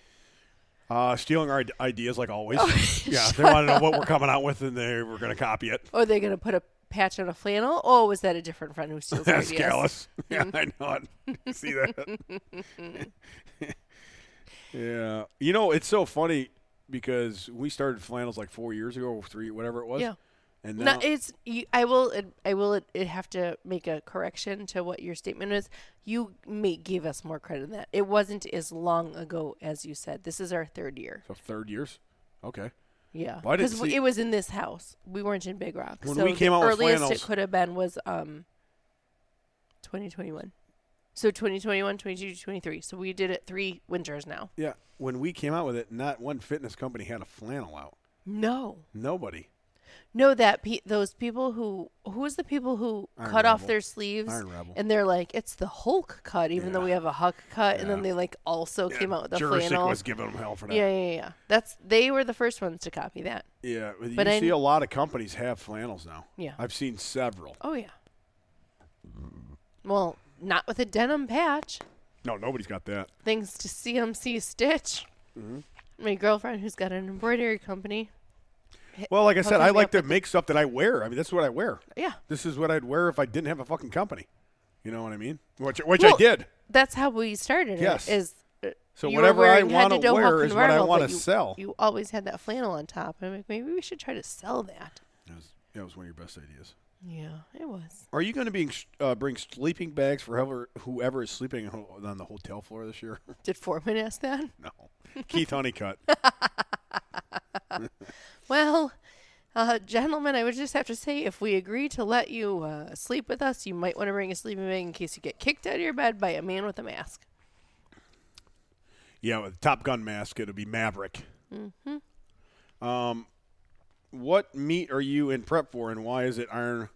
[SPEAKER 1] Uh, stealing our id- ideas, like
[SPEAKER 2] Oh,
[SPEAKER 1] always. yeah, they want to know what we're coming out with, and they were going to copy it.
[SPEAKER 2] Or they're going to Oh, put a patch on a flannel? Or was that a different friend who steals
[SPEAKER 1] That's
[SPEAKER 2] ideas?
[SPEAKER 1] callous. Yeah, I know it. See that? yeah. You know, it's so funny because we started flannels like four years ago, three, whatever it was.
[SPEAKER 2] Yeah.
[SPEAKER 1] And now,
[SPEAKER 2] No, it's you, I will I will uh, have to make a correction to what your statement is. You may give us more credit than that. It wasn't as long ago as you said. This is our third year.
[SPEAKER 1] so third years. Okay.
[SPEAKER 2] Yeah,
[SPEAKER 1] Well, I didn't
[SPEAKER 2] because
[SPEAKER 1] see-
[SPEAKER 2] it was in this house. We weren't in Big Rock.
[SPEAKER 1] When
[SPEAKER 2] so
[SPEAKER 1] we came
[SPEAKER 2] the
[SPEAKER 1] out with
[SPEAKER 2] earliest
[SPEAKER 1] flannels-
[SPEAKER 2] it could have been was um, 2021. So 2021, 22, 23. So we did it three winters now.
[SPEAKER 1] Yeah. When we came out with it, not one fitness company had a flannel out.
[SPEAKER 2] No,
[SPEAKER 1] Nobody.
[SPEAKER 2] no, that pe- those people who who's the people who
[SPEAKER 1] Iron
[SPEAKER 2] cut off
[SPEAKER 1] Rebel.
[SPEAKER 2] their sleeves
[SPEAKER 1] Iron Rebel.
[SPEAKER 2] and they're like it's the Hulk cut, even though
[SPEAKER 1] Yeah.
[SPEAKER 2] we have a Huck cut, and
[SPEAKER 1] Yeah.
[SPEAKER 2] then they like also came out with a
[SPEAKER 1] Jurassic
[SPEAKER 2] flannel.
[SPEAKER 1] was giving them hell for that.
[SPEAKER 2] yeah, yeah, yeah. That's they were the first ones to copy that.
[SPEAKER 1] Yeah, but you
[SPEAKER 2] But I-
[SPEAKER 1] see a lot of companies have flannels now.
[SPEAKER 2] Yeah.
[SPEAKER 1] I've seen several.
[SPEAKER 2] Oh yeah. Well, not with a denim patch.
[SPEAKER 1] No, nobody's got that.
[SPEAKER 2] Thanks to CMC Stitch,
[SPEAKER 1] Mm-hmm.
[SPEAKER 2] my girlfriend who's got an embroidery company.
[SPEAKER 1] Well, like I said,
[SPEAKER 2] can
[SPEAKER 1] I
[SPEAKER 2] we
[SPEAKER 1] like
[SPEAKER 2] up
[SPEAKER 1] to make stuff that I wear. I mean, that's what I wear.
[SPEAKER 2] Yeah,
[SPEAKER 1] This is what I'd wear if I didn't have a fucking company. You know what I mean? Which, which I
[SPEAKER 2] Well-
[SPEAKER 1] did.
[SPEAKER 2] that's how we started.
[SPEAKER 1] Yes.
[SPEAKER 2] It, is uh,
[SPEAKER 1] So
[SPEAKER 2] you were
[SPEAKER 1] whatever I
[SPEAKER 2] wearing
[SPEAKER 1] wanna
[SPEAKER 2] head-to-toe
[SPEAKER 1] wear
[SPEAKER 2] Huck and
[SPEAKER 1] is what I
[SPEAKER 2] Marvel,
[SPEAKER 1] wanna
[SPEAKER 2] but you-
[SPEAKER 1] sell.
[SPEAKER 2] You always had that flannel on top, and I'm like, maybe we should try to sell that.
[SPEAKER 1] That was, that was one of your best ideas.
[SPEAKER 2] Yeah, it was.
[SPEAKER 1] Are you going to be uh, bring sleeping bags for whoever whoever is sleeping ho- on the hotel floor this year?
[SPEAKER 2] Did Foreman ask that?
[SPEAKER 1] no, Keith Honeycutt.
[SPEAKER 2] Well, uh, gentlemen, I would just have to say if we agree to let you uh, sleep with us, you might want to bring a sleeping bag in case you get kicked out of your bed by a man with a mask.
[SPEAKER 1] Yeah, with Top Gun mask, it'll be Maverick.
[SPEAKER 2] Mm-hmm.
[SPEAKER 1] Um, what meet are you in prep for, and why is it Iron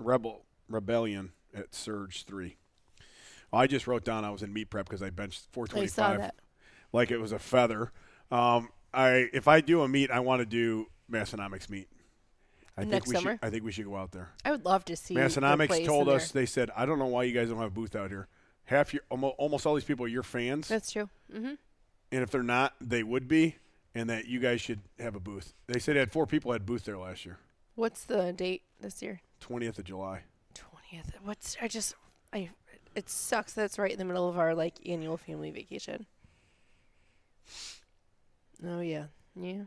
[SPEAKER 1] Rebel Rebellion at Surge Three? I just wrote down I was in meat prep because I benched
[SPEAKER 2] I saw
[SPEAKER 1] 425
[SPEAKER 2] that.
[SPEAKER 1] like it was a feather. Um, I if I do a meet, I want to do Massonomics meet. I think
[SPEAKER 2] Next
[SPEAKER 1] we
[SPEAKER 2] summer?
[SPEAKER 1] Should, I think we should go out there.
[SPEAKER 2] I would love to see. the place
[SPEAKER 1] Massonomics
[SPEAKER 2] in
[SPEAKER 1] told
[SPEAKER 2] there.
[SPEAKER 1] us they said I don't know why you guys don't have a booth out here. Half your almo- almost all these people are your fans
[SPEAKER 2] that's true. hmm
[SPEAKER 1] and if they're not, they would be, and that you guys should have a booth. They said they had four people had booth there last year,
[SPEAKER 2] What's the date this year?
[SPEAKER 1] twentieth of July.
[SPEAKER 2] Twentieth. What's I just I it sucks that's right in the middle of our like annual family vacation. Oh yeah, yeah.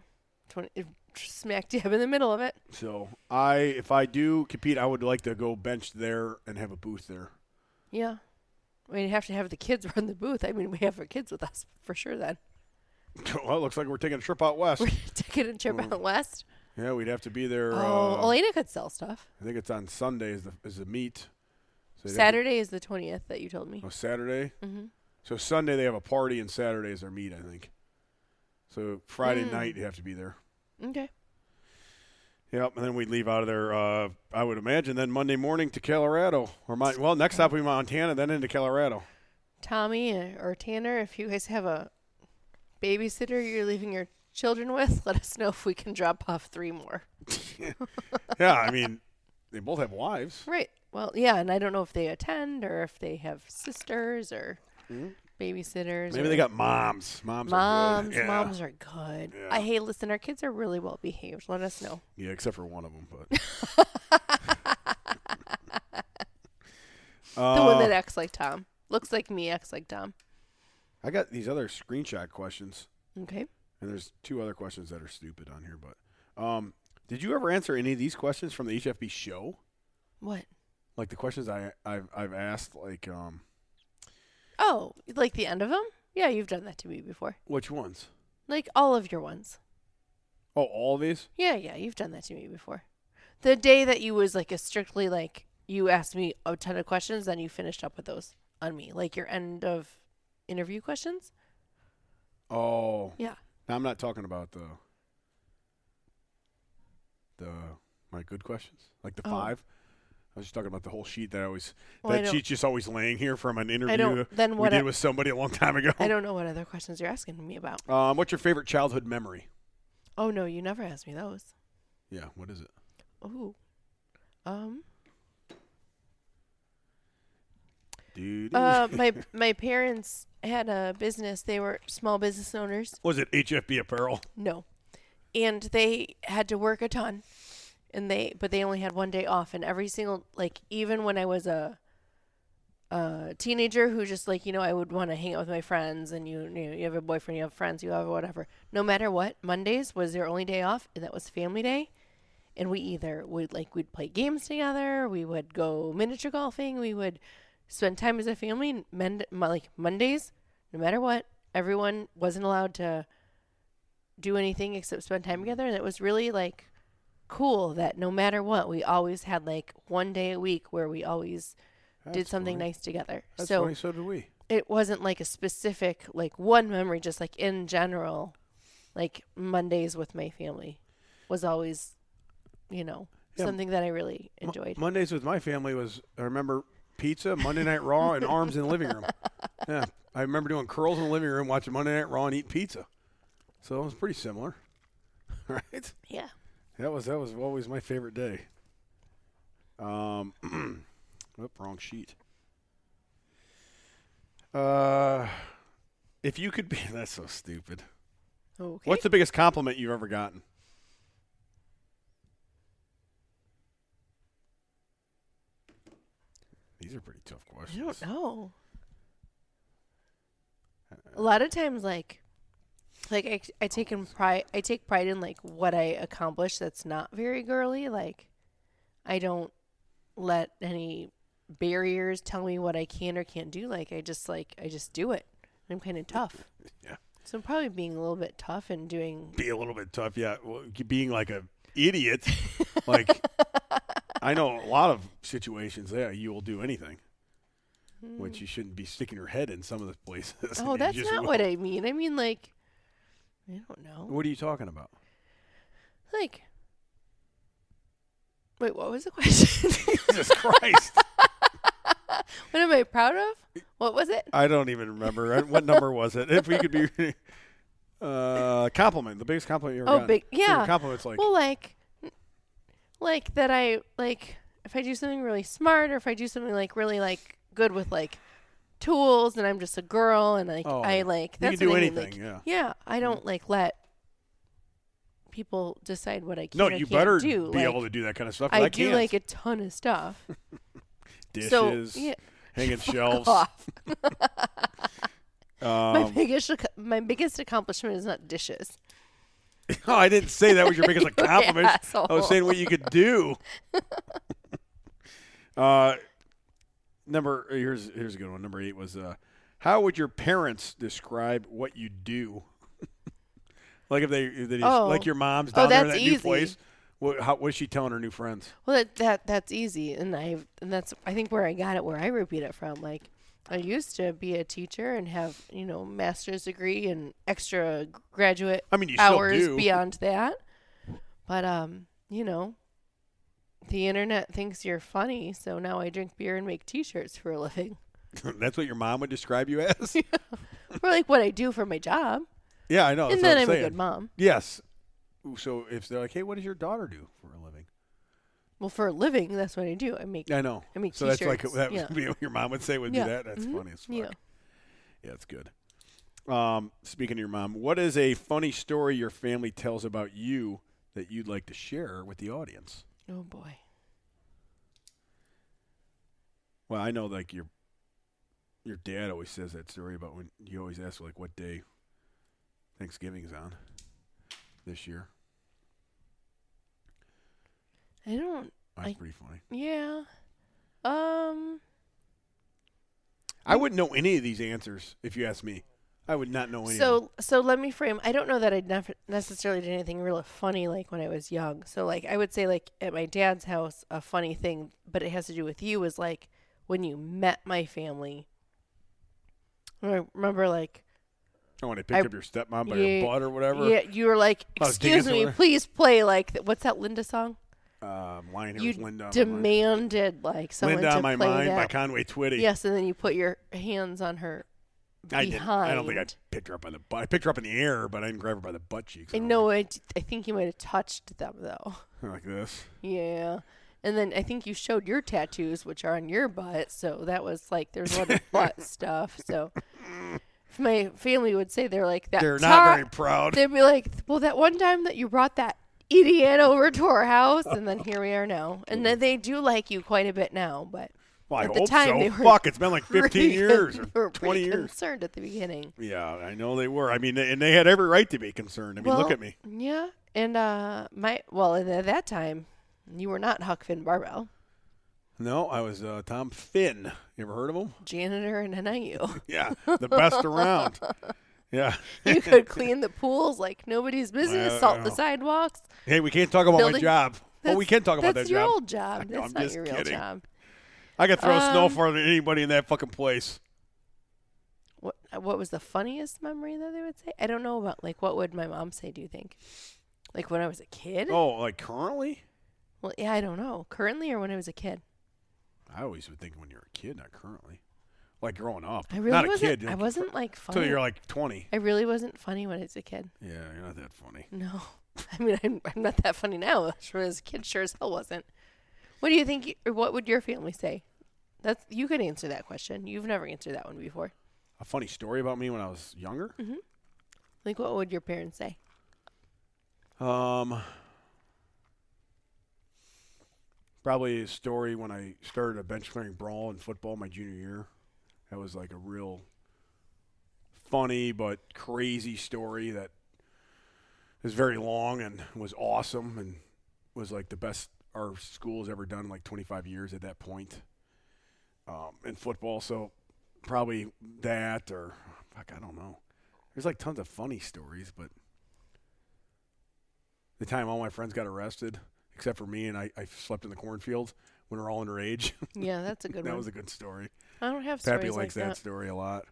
[SPEAKER 2] Twenty it- smack dab in the middle of it.
[SPEAKER 1] So I, if I do compete, I would like to go bench there and have a booth there.
[SPEAKER 2] Yeah. We'd have to have the kids run the booth. I mean, we have our kids with us for sure then.
[SPEAKER 1] well, it looks like we're taking a trip out west.
[SPEAKER 2] We're taking a trip out west.
[SPEAKER 1] yeah, we'd have to be there.
[SPEAKER 2] Oh,
[SPEAKER 1] uh,
[SPEAKER 2] Elena could sell stuff.
[SPEAKER 1] I think it's on Sunday is the is the meet. So they'd have to-
[SPEAKER 2] Saturday is the 20th that you told me.
[SPEAKER 1] oh, Saturday. Mm-hmm. So Sunday they have a party, and Saturday is their meet. I think. So Friday
[SPEAKER 2] Mm.
[SPEAKER 1] night you have to be there.
[SPEAKER 2] Okay.
[SPEAKER 1] Yep, and then we'd leave out of there. Uh, I would imagine then Monday morning to Colorado, or my, well, next stop would be Montana, then into Colorado.
[SPEAKER 2] Tommy uh, or Tanner, if you guys have a babysitter you're leaving your children with, let us know if we can drop off three more.
[SPEAKER 1] Yeah, I mean, they both have wives.
[SPEAKER 2] Right. Well, yeah, and I don't know if they attend or if they have sisters or babysitters.
[SPEAKER 1] Hmm? Maybe
[SPEAKER 2] or
[SPEAKER 1] they got moms. Moms. are
[SPEAKER 2] moms.
[SPEAKER 1] good. Yeah.
[SPEAKER 2] Moms are good.
[SPEAKER 1] Yeah.
[SPEAKER 2] I hey, listen, our kids are really well behaved. Let us know.
[SPEAKER 1] Yeah, except for one of them, but Uh,
[SPEAKER 2] The one that acts like Tom. Looks like me, acts like Tom.
[SPEAKER 1] I got these other screenshot questions,
[SPEAKER 2] Okay.
[SPEAKER 1] and there's two other questions that are stupid on here. But um, did you ever answer any of these questions from the HFB show?
[SPEAKER 2] What?
[SPEAKER 1] Like the questions I I've, I've asked, like um,
[SPEAKER 2] Oh, like the end of them? Yeah, you've done that to me before.
[SPEAKER 1] which ones?
[SPEAKER 2] Like all of your ones.
[SPEAKER 1] Oh, all of these.
[SPEAKER 2] Yeah, yeah, you've done that to me before. The day that you was like a strictly like you asked me a ton of questions, then you finished up with those on me, like your end of interview questions.
[SPEAKER 1] Oh,
[SPEAKER 2] Yeah.
[SPEAKER 1] Now, I'm not talking about the the my good questions, like the
[SPEAKER 2] Oh.
[SPEAKER 1] five. I was just talking about the whole sheet that I always
[SPEAKER 2] Well, I
[SPEAKER 1] that
[SPEAKER 2] don't-
[SPEAKER 1] sheet's just always laying here from an interview
[SPEAKER 2] don't- then what
[SPEAKER 1] we
[SPEAKER 2] I-
[SPEAKER 1] did with somebody a long time ago.
[SPEAKER 2] I don't know what other questions you're asking me about.
[SPEAKER 1] Um, what's your favorite childhood memory?
[SPEAKER 2] Oh no, you never asked me those.
[SPEAKER 1] Yeah, what is it?
[SPEAKER 2] Ooh. Um
[SPEAKER 1] Dude.
[SPEAKER 2] Uh, my my parents had a business. They were small business owners.
[SPEAKER 1] was it HFB Apparel?
[SPEAKER 2] No, and they had to work a ton, and they but they only had one day off. And every single like even when I was a a teenager who just like you know I would want to hang out with my friends and you you, know, you have a boyfriend you have friends you have whatever no matter what Mondays was their only day off and that was family day and we either would like we'd play games together we would go miniature golfing we would spend time as a family and mend, mo- like Mondays no matter what everyone wasn't allowed to do anything except spend time together and it was really like cool that no matter what we always had like one day a week where we always did
[SPEAKER 1] That's
[SPEAKER 2] something
[SPEAKER 1] funny.
[SPEAKER 2] nice together.
[SPEAKER 1] That's
[SPEAKER 2] so
[SPEAKER 1] funny. So did we.
[SPEAKER 2] it wasn't like a specific like one memory, just like in general, like Mondays with my family was always, you know,
[SPEAKER 1] Yeah.
[SPEAKER 2] something that I really
[SPEAKER 1] Mo-
[SPEAKER 2] enjoyed.
[SPEAKER 1] Mondays with my family was I remember pizza, Monday Night Raw, and arms in the living room. Yeah, I remember doing curls in the living room, watching Monday Night Raw, and eat pizza. So it was pretty similar, right?
[SPEAKER 2] yeah.
[SPEAKER 1] That was that was always my favorite day. Um, whoop, wrong sheet. Uh, if you could be that's so stupid.
[SPEAKER 2] Okay.
[SPEAKER 1] What's the biggest compliment you've ever gotten? These are pretty tough
[SPEAKER 2] I
[SPEAKER 1] questions.
[SPEAKER 2] don't know.
[SPEAKER 1] Uh,
[SPEAKER 2] A lot of times, like, like I, I take in pride. I take pride in like what I accomplish. That's not very girly. Like, I don't let any barriers tell me what I can or can't do. Like, I just like I just do it. I'm kind of tough.
[SPEAKER 1] Yeah.
[SPEAKER 2] So I'm probably being a little bit tough and doing.
[SPEAKER 1] Be a little bit tough, yeah. Well, being like a idiot, like I know a lot of situations. Yeah, you will do anything, which you shouldn't be sticking your head in some of the places.
[SPEAKER 2] hmm, Mm. Oh,
[SPEAKER 1] You
[SPEAKER 2] that's
[SPEAKER 1] just
[SPEAKER 2] not
[SPEAKER 1] will.
[SPEAKER 2] what I mean. I mean like, I don't know.
[SPEAKER 1] What are you talking about?
[SPEAKER 2] Like, wait, what was the question?
[SPEAKER 1] Jesus Christ!
[SPEAKER 2] What am I proud of? What was it?
[SPEAKER 1] I don't even remember I- what number was it. If we could be uh, compliment, the biggest compliment you ever
[SPEAKER 2] Oh,
[SPEAKER 1] got.
[SPEAKER 2] big-
[SPEAKER 1] So your
[SPEAKER 2] yeah.
[SPEAKER 1] compliments like
[SPEAKER 2] well, like, like that I like if I do something really smart or if I do something like really like good with like tools and I'm just a girl and like
[SPEAKER 1] Oh,
[SPEAKER 2] I
[SPEAKER 1] yeah.
[SPEAKER 2] like
[SPEAKER 1] you
[SPEAKER 2] that's
[SPEAKER 1] can do
[SPEAKER 2] what I mean,
[SPEAKER 1] anything. Mm-hmm.
[SPEAKER 2] like,
[SPEAKER 1] yeah.
[SPEAKER 2] yeah, I don't like let people decide what I can.
[SPEAKER 1] No,
[SPEAKER 2] or
[SPEAKER 1] you
[SPEAKER 2] can't
[SPEAKER 1] better
[SPEAKER 2] do.
[SPEAKER 1] be
[SPEAKER 2] like,
[SPEAKER 1] able to do that kind of stuff. 'cause
[SPEAKER 2] I,
[SPEAKER 1] I,
[SPEAKER 2] do
[SPEAKER 1] can't.
[SPEAKER 2] like a ton of stuff.
[SPEAKER 1] dishes,
[SPEAKER 2] so yeah,
[SPEAKER 1] hanging shelves.
[SPEAKER 2] off. my
[SPEAKER 1] Um,
[SPEAKER 2] biggest ac- my biggest accomplishment is not dishes.
[SPEAKER 1] no, Oh, I didn't say that was your biggest
[SPEAKER 2] You
[SPEAKER 1] accomplishment. I
[SPEAKER 2] asshole.
[SPEAKER 1] was saying what you could do. uh, number uh, here's here's a good one. Number eight was uh, how would your parents describe what you do? like if they, if they just,
[SPEAKER 2] Oh.
[SPEAKER 1] like your mom's
[SPEAKER 2] Oh,
[SPEAKER 1] down there in
[SPEAKER 2] that's
[SPEAKER 1] that new
[SPEAKER 2] easy.
[SPEAKER 1] place. What, how, what is she telling her new friends?
[SPEAKER 2] Well, that, that that's easy, and I and that's I think where I got it, where I repeat it from. Like, I used to be a teacher and have you know master's degree and extra graduate
[SPEAKER 1] I mean, you
[SPEAKER 2] hours
[SPEAKER 1] still do.
[SPEAKER 2] beyond that, but um, you know, the internet thinks you're funny, so now I drink beer and make T-shirts for a living.
[SPEAKER 1] That's what your mom would describe you as.
[SPEAKER 2] or like what I do for my job,
[SPEAKER 1] yeah, I know.
[SPEAKER 2] and
[SPEAKER 1] Oh, that's what
[SPEAKER 2] then I'm
[SPEAKER 1] saying.
[SPEAKER 2] a good mom.
[SPEAKER 1] Yes. Ooh, So if they're like, "Hey, what does your daughter do for a living?"
[SPEAKER 2] Well, for a living, that's what I do. I make
[SPEAKER 1] I know.
[SPEAKER 2] I make
[SPEAKER 1] so that's like
[SPEAKER 2] t-shirts.
[SPEAKER 1] that
[SPEAKER 2] Yeah.
[SPEAKER 1] would be what your mom would say would
[SPEAKER 2] Yeah.
[SPEAKER 1] be that. That's
[SPEAKER 2] Mhm.
[SPEAKER 1] funny as fuck.
[SPEAKER 2] yeah.
[SPEAKER 1] Yeah, it's good. Um, speaking of your mom, what is a funny story your family tells about you that you'd like to share with the audience?
[SPEAKER 2] Oh boy.
[SPEAKER 1] Well, I know like your your dad always says that story about when you always ask like what day Thanksgiving's on this year.
[SPEAKER 2] I don't
[SPEAKER 1] That's
[SPEAKER 2] I-
[SPEAKER 1] pretty funny.
[SPEAKER 2] Yeah. Um.
[SPEAKER 1] I wouldn't know any of these answers if you asked me. I would not know any. of them.
[SPEAKER 2] So so let me frame. I don't know that I nef- necessarily did anything really funny like when I was young. So like I would say like at my dad's house, a funny thing, but it has to do with you is like when you met my family. I remember like
[SPEAKER 1] I want to pick
[SPEAKER 2] I-
[SPEAKER 1] up your stepmom by
[SPEAKER 2] Yeah,
[SPEAKER 1] her butt or whatever.
[SPEAKER 2] yeah, you were like,
[SPEAKER 1] I was
[SPEAKER 2] excuse
[SPEAKER 1] dancing
[SPEAKER 2] me,
[SPEAKER 1] with her."
[SPEAKER 2] please play like th- what's that Linda song?
[SPEAKER 1] um, Lion Hair
[SPEAKER 2] you
[SPEAKER 1] with Linda. on my mind.
[SPEAKER 2] demanded like someone
[SPEAKER 1] Linda
[SPEAKER 2] to
[SPEAKER 1] on my
[SPEAKER 2] play
[SPEAKER 1] mind
[SPEAKER 2] that.
[SPEAKER 1] by Conway Twitty.
[SPEAKER 2] yes, and then you put your hands on her
[SPEAKER 1] I
[SPEAKER 2] behind.
[SPEAKER 1] didn't. I don't think I picked her up on the butt. I picked her up in the air, but I didn't grab her by the butt cheeks.
[SPEAKER 2] I
[SPEAKER 1] don't
[SPEAKER 2] know. I, I think you might have touched them though.
[SPEAKER 1] think. like this.
[SPEAKER 2] Yeah. And then I think you showed your tattoos, which are on your butt. So that was like there's a lot of butt stuff. So if my family would say they're like that.
[SPEAKER 1] They're
[SPEAKER 2] tar-
[SPEAKER 1] not very proud.
[SPEAKER 2] They'd be like, well, that one time that you brought that idiot over to our house, and then here we are now. And then they do like you quite a bit now, but
[SPEAKER 1] Well, I
[SPEAKER 2] at the
[SPEAKER 1] hope
[SPEAKER 2] time
[SPEAKER 1] so.
[SPEAKER 2] they were
[SPEAKER 1] Fuck, it's been like 15
[SPEAKER 2] pretty con-
[SPEAKER 1] years or
[SPEAKER 2] were
[SPEAKER 1] 20
[SPEAKER 2] pretty
[SPEAKER 1] years.
[SPEAKER 2] Concerned at the beginning.
[SPEAKER 1] Yeah, I know they were. I mean, and they had every right to be concerned. I mean, look
[SPEAKER 2] Well,
[SPEAKER 1] at me.
[SPEAKER 2] Yeah, and uh, my well, and at that time, you were not Huck Finn Barbell
[SPEAKER 1] No, I was uh, Tom Finn. You ever heard of him?
[SPEAKER 2] janitor in NIU.
[SPEAKER 1] Yeah, the best around. Yeah.
[SPEAKER 2] you could clean the pools like nobody's business,
[SPEAKER 1] Well,
[SPEAKER 2] salt the
[SPEAKER 1] no.
[SPEAKER 2] sidewalks.
[SPEAKER 1] Hey, we can't talk about my
[SPEAKER 2] Building-
[SPEAKER 1] job. Well, we
[SPEAKER 2] That's-
[SPEAKER 1] can talk about that
[SPEAKER 2] That's your
[SPEAKER 1] job.
[SPEAKER 2] old job.
[SPEAKER 1] know,
[SPEAKER 2] That's
[SPEAKER 1] I'm
[SPEAKER 2] not
[SPEAKER 1] just
[SPEAKER 2] your
[SPEAKER 1] kidding.
[SPEAKER 2] real job.
[SPEAKER 1] I could throw snow
[SPEAKER 2] Um,
[SPEAKER 1] farther than anybody in that fucking place.
[SPEAKER 2] What uh, What was the funniest memory that they would say? I don't know about like what would my mom say? Do you think, like when I was a kid?
[SPEAKER 1] Oh, like currently?
[SPEAKER 2] Well, yeah, I don't know. Currently or when I was a kid,
[SPEAKER 1] I always would think when you're a kid, not currently. Like growing up.
[SPEAKER 2] I really
[SPEAKER 1] not a
[SPEAKER 2] wasn't.
[SPEAKER 1] kid.
[SPEAKER 2] I wasn't like funny.
[SPEAKER 1] Until you're like 20.
[SPEAKER 2] I really wasn't funny when I was a kid.
[SPEAKER 1] Yeah, you're not that funny.
[SPEAKER 2] No, I mean I'm, I'm not that funny now. Sure, as a kid, sure as hell wasn't. What do you think? You, or what would your family say? That's you could answer that question. You've never answered that one before.
[SPEAKER 1] A funny story about me when I was younger?
[SPEAKER 2] Like, what would your parents say?
[SPEAKER 1] Um, probably a story when I started a bench clearing brawl in football my junior year. That was like a real funny but crazy story that is very long and was awesome and was like the best our school has ever done in like 25 years at that point um, in football. So probably that or fuck, I don't know. There's like tons of funny stories, but the time all my friends got arrested, except for me, and I, I slept in the cornfield when we were all underage.
[SPEAKER 2] Yeah, that's a good
[SPEAKER 1] that
[SPEAKER 2] one.
[SPEAKER 1] was a good story.
[SPEAKER 2] I don't have
[SPEAKER 1] Pappy
[SPEAKER 2] stories
[SPEAKER 1] likes
[SPEAKER 2] like
[SPEAKER 1] that,
[SPEAKER 2] that.
[SPEAKER 1] story a lot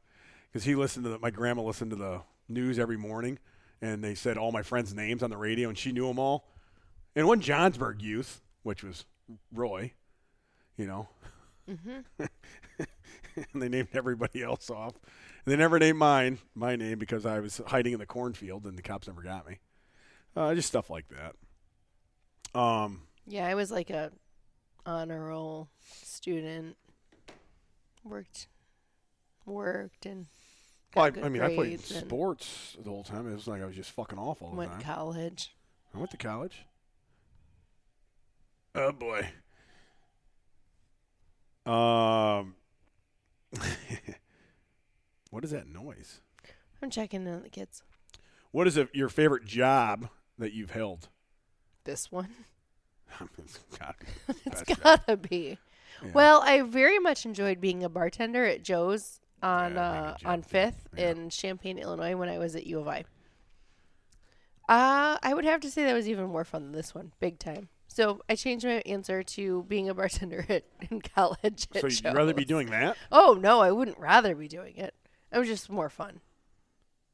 [SPEAKER 1] because he listened to the, my grandma listened to the news every morning, and they said all my friends' names on the radio, and she knew them all. And one Johnsburg youth, which was Roy, you know,
[SPEAKER 2] Mm-hmm.
[SPEAKER 1] and they named everybody else off. And they never named mine my name because I was hiding in the cornfield, and the cops never got me. Uh, just stuff like that. Um.
[SPEAKER 2] Yeah, I was like a honor roll student. Worked, worked, and
[SPEAKER 1] Well,
[SPEAKER 2] got
[SPEAKER 1] I,
[SPEAKER 2] good
[SPEAKER 1] I mean, I played
[SPEAKER 2] grades and
[SPEAKER 1] sports the whole time. It was like I was just fucking off all the
[SPEAKER 2] Went
[SPEAKER 1] time.
[SPEAKER 2] college.
[SPEAKER 1] I went to college. Oh boy. Um. what is that noise?
[SPEAKER 2] I'm checking in on the kids.
[SPEAKER 1] What is a, your favorite job that you've held?
[SPEAKER 2] This one,
[SPEAKER 1] It's gotta be the
[SPEAKER 2] it's
[SPEAKER 1] best job.
[SPEAKER 2] gotta be.
[SPEAKER 1] Yeah.
[SPEAKER 2] Well, I very much enjoyed being a bartender at Joe's on
[SPEAKER 1] Yeah, I
[SPEAKER 2] uh,
[SPEAKER 1] think a
[SPEAKER 2] on
[SPEAKER 1] job,
[SPEAKER 2] Fifth
[SPEAKER 1] yeah.
[SPEAKER 2] in Champaign, Illinois, when I was at U of I. Uh, I would have to say that was even more fun than this one, big time. So I changed my answer to being a bartender at, in college. At
[SPEAKER 1] so you'd rather be
[SPEAKER 2] Joe's.
[SPEAKER 1] doing that?
[SPEAKER 2] Oh no, I wouldn't rather be doing it. It was just more fun.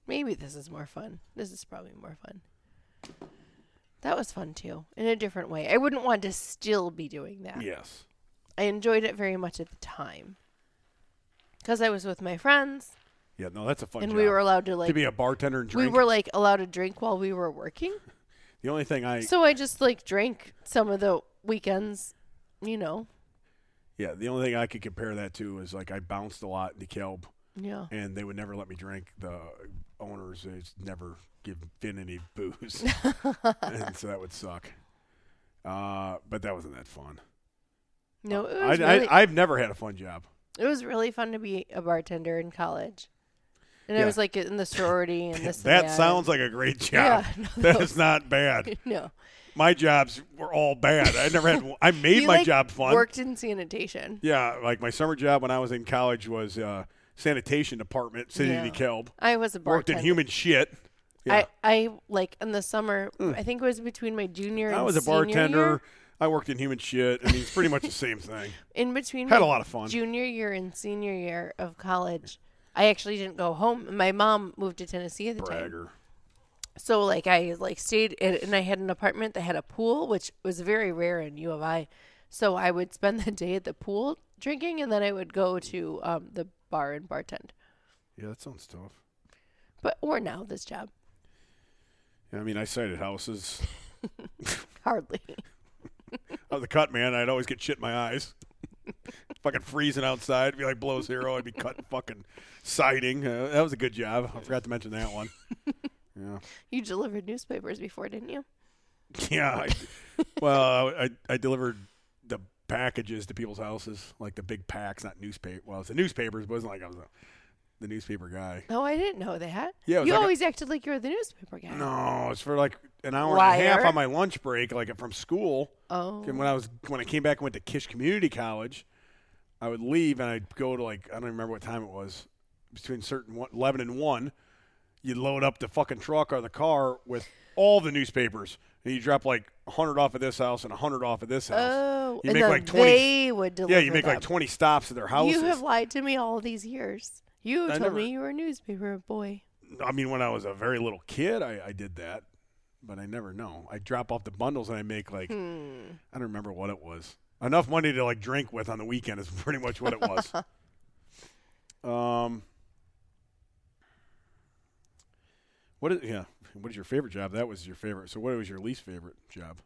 [SPEAKER 2] Maybe this is more fun. This is probably more fun. That was fun too, in a different way. I wouldn't want to still be doing that.
[SPEAKER 1] Yes.
[SPEAKER 2] I enjoyed it very much at the time. Because I was with my friends
[SPEAKER 1] Yeah. No, that's a fun.
[SPEAKER 2] and
[SPEAKER 1] job.
[SPEAKER 2] we were allowed to like
[SPEAKER 1] to be a bartender and
[SPEAKER 2] we
[SPEAKER 1] drink.
[SPEAKER 2] were like allowed to drink while we were working.
[SPEAKER 1] the only thing I
[SPEAKER 2] So I just like drank some of the weekends, you know.
[SPEAKER 1] yeah the only thing I could compare that to is like I bounced a lot in DeKalb
[SPEAKER 2] Yeah.
[SPEAKER 1] and they would never let me drink. The owners they just never give Finn any booze, and so that would suck. Uh, but that wasn't that fun.
[SPEAKER 2] No, it
[SPEAKER 1] I,
[SPEAKER 2] was really
[SPEAKER 1] I, I've never had a fun job.
[SPEAKER 2] it was really fun to be a bartender in college. And I
[SPEAKER 1] Yeah.
[SPEAKER 2] was like in the sorority and this and
[SPEAKER 1] that sounds like a great job.
[SPEAKER 2] Yeah, no,
[SPEAKER 1] that
[SPEAKER 2] that
[SPEAKER 1] is not bad.
[SPEAKER 2] no.
[SPEAKER 1] My jobs were all bad. I never had. one- I made
[SPEAKER 2] You,
[SPEAKER 1] my
[SPEAKER 2] like,
[SPEAKER 1] job fun.
[SPEAKER 2] Worked in sanitation.
[SPEAKER 1] Yeah, like my summer job when I was in college was uh, sanitation department, city
[SPEAKER 2] Yeah.
[SPEAKER 1] of DeKalb.
[SPEAKER 2] I was a bartender.
[SPEAKER 1] Worked in human shit. Yeah. Hmm.
[SPEAKER 2] I, I like in the summer. I think it was between my junior.
[SPEAKER 1] I
[SPEAKER 2] and
[SPEAKER 1] was a
[SPEAKER 2] senior
[SPEAKER 1] bartender.
[SPEAKER 2] year.
[SPEAKER 1] I worked in human shit. I mean, it's pretty much the same thing.
[SPEAKER 2] In between,
[SPEAKER 1] Had
[SPEAKER 2] my
[SPEAKER 1] a lot of fun.
[SPEAKER 2] Junior year and senior year of college, I actually didn't go home. My mom moved to Tennessee at the time,
[SPEAKER 1] Bragger.
[SPEAKER 2] so like I like stayed at, and I had an apartment that had a pool, which was very rare in U of I. So I would spend the day at the pool drinking, and then I would go to um, the bar and bartend.
[SPEAKER 1] Yeah, that sounds tough.
[SPEAKER 2] But or now this job
[SPEAKER 1] Yeah, I mean, I cited houses.
[SPEAKER 2] hardly.
[SPEAKER 1] Out of the cut, man, I'd always get shit in my eyes. fucking freezing outside. It'd be like below zero. I'd be cutting fucking siding. Uh, that was a good job. I forgot to mention that one. Yeah.
[SPEAKER 2] You delivered newspapers before, didn't you?
[SPEAKER 1] Yeah. I, well, I, I delivered the packages to people's houses, like the big packs, not newspaper. Well, it's the newspapers, but it wasn't like I was a, the newspaper guy.
[SPEAKER 2] No, Oh, I didn't know that.
[SPEAKER 1] Yeah, it was
[SPEAKER 2] you
[SPEAKER 1] like a-
[SPEAKER 2] always acted like you were the newspaper guy.
[SPEAKER 1] No, it's for like an hour and a half
[SPEAKER 2] Liar.
[SPEAKER 1] on my lunch break, like from school.
[SPEAKER 2] Oh.
[SPEAKER 1] And when I was when I came back and went to Kish Community College, I would leave and I'd go to like I don't even remember what time it was, between certain one, eleven and one. You'd load up the fucking truck or the car with all the newspapers, and you drop like hundred off of this house and hundred off of this house.
[SPEAKER 2] Oh,
[SPEAKER 1] you
[SPEAKER 2] and
[SPEAKER 1] make
[SPEAKER 2] then
[SPEAKER 1] like 20
[SPEAKER 2] they would deliver.
[SPEAKER 1] yeah, you make like
[SPEAKER 2] them.
[SPEAKER 1] twenty stops at their houses.
[SPEAKER 2] You have lied to me all these years. You
[SPEAKER 1] I
[SPEAKER 2] told
[SPEAKER 1] never-
[SPEAKER 2] me you were a newspaper boy.
[SPEAKER 1] I mean, when I was a very little kid, I, I did that, but I never know. I drop off the bundles and I make like
[SPEAKER 2] Hmm.
[SPEAKER 1] I don't remember what it was. Enough money to like drink with on the weekend is pretty much what it was. um, what is yeah? What is your favorite job? That was your favorite. So what was your least favorite job?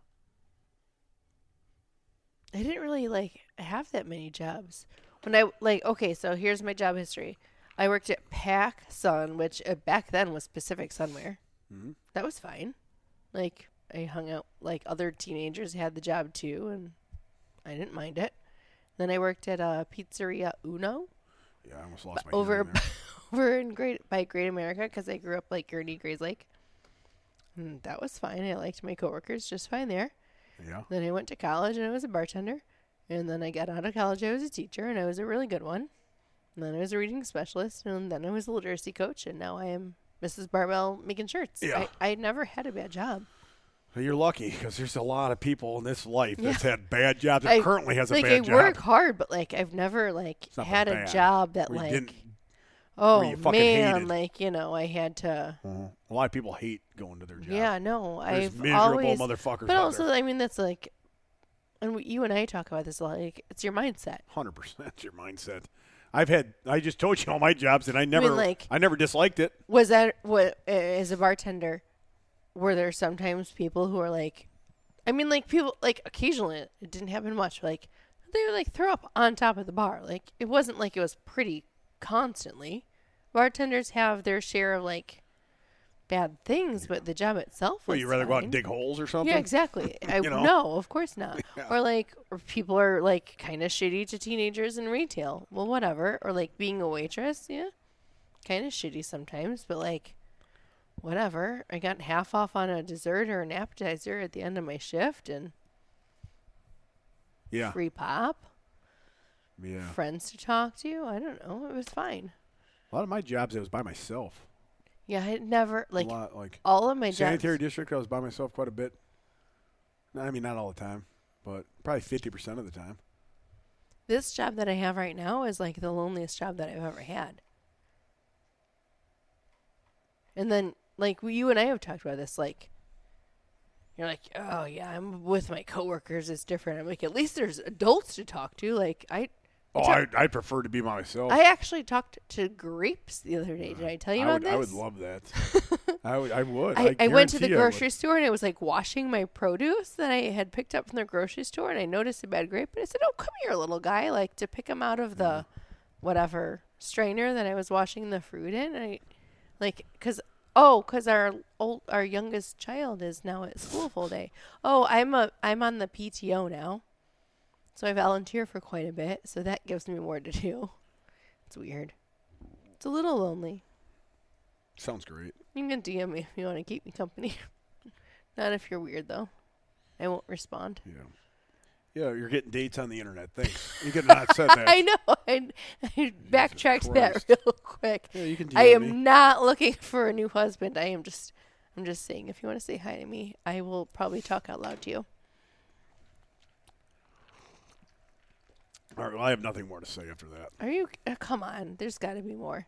[SPEAKER 2] I didn't really like have that many jobs. When I like okay, so here's my job history. I worked at Pac Sun, which uh, back then was Pacific Sunwear.
[SPEAKER 1] Mhm.
[SPEAKER 2] That was fine. Like I hung out like other teenagers had the job too, and I didn't mind it. Then I worked at a pizzeria Uno
[SPEAKER 1] Yeah, I almost lost my hearing
[SPEAKER 2] over
[SPEAKER 1] there.
[SPEAKER 2] over in Great by Great America because I grew up like Gurney Grays Lake. And that was fine. I liked my coworkers just fine there.
[SPEAKER 1] Yeah,
[SPEAKER 2] Then I went to college and I was a bartender. And then I got out of college, I was a teacher, and I was a really good one. And then I was a reading specialist, and then I was a literacy coach, and now I am Mrs. Barbell making shirts.
[SPEAKER 1] Yeah.
[SPEAKER 2] I, I never had a bad job.
[SPEAKER 1] Well, you're lucky because there's a lot of people in this life
[SPEAKER 2] Yeah.
[SPEAKER 1] that's had bad jobs. That
[SPEAKER 2] I-
[SPEAKER 1] currently has a
[SPEAKER 2] like
[SPEAKER 1] bad
[SPEAKER 2] I
[SPEAKER 1] job.
[SPEAKER 2] work hard, but like I've never like
[SPEAKER 1] not
[SPEAKER 2] had a
[SPEAKER 1] bad.
[SPEAKER 2] job that
[SPEAKER 1] Where you
[SPEAKER 2] like
[SPEAKER 1] didn't-
[SPEAKER 2] oh
[SPEAKER 1] you fucking
[SPEAKER 2] man,
[SPEAKER 1] hated.
[SPEAKER 2] like you know I had to
[SPEAKER 1] Mhm. A lot of people hate going to their job.
[SPEAKER 2] Yeah, no,
[SPEAKER 1] There's
[SPEAKER 2] I've
[SPEAKER 1] miserable
[SPEAKER 2] always.
[SPEAKER 1] motherfuckers
[SPEAKER 2] but
[SPEAKER 1] out
[SPEAKER 2] also,
[SPEAKER 1] there.
[SPEAKER 2] I mean, that's like, and we- you and I talk about this a lot. Like, it's your mindset.
[SPEAKER 1] Hundred percent, your mindset. I've had. I just told you all my jobs, and I never,
[SPEAKER 2] like-
[SPEAKER 1] I never disliked it.
[SPEAKER 2] Was that what eh, as a bartender? Were there sometimes people who are like, I mean, like people like occasionally it didn't happen much. Like they would like throw up on top of the bar. Like it wasn't like it was pretty constantly. Bartenders have their share of like bad things, but the job itself.
[SPEAKER 1] Well,
[SPEAKER 2] was
[SPEAKER 1] you rather go out and
[SPEAKER 2] fine.
[SPEAKER 1] dig holes or something.
[SPEAKER 2] Yeah, exactly. I
[SPEAKER 1] You know?
[SPEAKER 2] no, of course not.
[SPEAKER 1] Yeah.
[SPEAKER 2] Or like or people are like kind of shitty to teenagers in retail. Well, whatever. Or like being a waitress, yeah, kind of shitty sometimes, but like whatever. I got half off on a dessert or an appetizer at the end of my shift and
[SPEAKER 1] Yeah,
[SPEAKER 2] free pop,
[SPEAKER 1] yeah.
[SPEAKER 2] friends to talk to. I don't know. It was fine.
[SPEAKER 1] A lot of my jobs, I was by myself.
[SPEAKER 2] Yeah, I never like
[SPEAKER 1] a lot, like
[SPEAKER 2] all of my
[SPEAKER 1] sanitary
[SPEAKER 2] jobs.
[SPEAKER 1] district, I was by myself quite a bit. No, I mean, not all the time, but probably fifty percent of the time.
[SPEAKER 2] This job that I have right now is like the loneliest job that I've ever had. And then, like we- you and I have talked about this, like you're like, oh yeah, I'm with my coworkers. It's different. I'm like, at least there's adults to talk to. Like I,
[SPEAKER 1] Oh,
[SPEAKER 2] It's
[SPEAKER 1] I,
[SPEAKER 2] a-
[SPEAKER 1] I prefer to be by myself.
[SPEAKER 2] I actually talked to grapes the other day. Did I tell you
[SPEAKER 1] I
[SPEAKER 2] about
[SPEAKER 1] would,
[SPEAKER 2] this?
[SPEAKER 1] I would love that. I would. I would.
[SPEAKER 2] I, I went to the
[SPEAKER 1] guarantee I would.
[SPEAKER 2] grocery store and I was like washing my produce that I had picked up from the grocery store and I noticed a bad grape and I said, "Oh, come here, little guy!" Like to pick him out of the
[SPEAKER 1] Mm-hmm.
[SPEAKER 2] whatever strainer that I was washing the fruit in. And I like because oh, because our old our youngest child is now at school full day. Oh, I'm a I'm on the PTO now, so I volunteer for quite a bit. So that gives me more to do. It's weird. It's a little lonely.
[SPEAKER 1] Sounds great.
[SPEAKER 2] You can DM me if you want to keep me company. Not if you're weird though. I won't respond.
[SPEAKER 1] Yeah. Yeah, you're getting dates on the internet. Thanks. You could not said that.
[SPEAKER 2] I know. I, I backtracked that
[SPEAKER 1] Christ.
[SPEAKER 2] real quick.
[SPEAKER 1] Yeah, you can
[SPEAKER 2] I
[SPEAKER 1] DM
[SPEAKER 2] am
[SPEAKER 1] me.
[SPEAKER 2] not looking for a new husband. I am just I'm just saying if you want to say hi to me, I will probably talk out loud to you.
[SPEAKER 1] All right, well, I have nothing more to say after that.
[SPEAKER 2] Are you uh, come on. There's got to be more.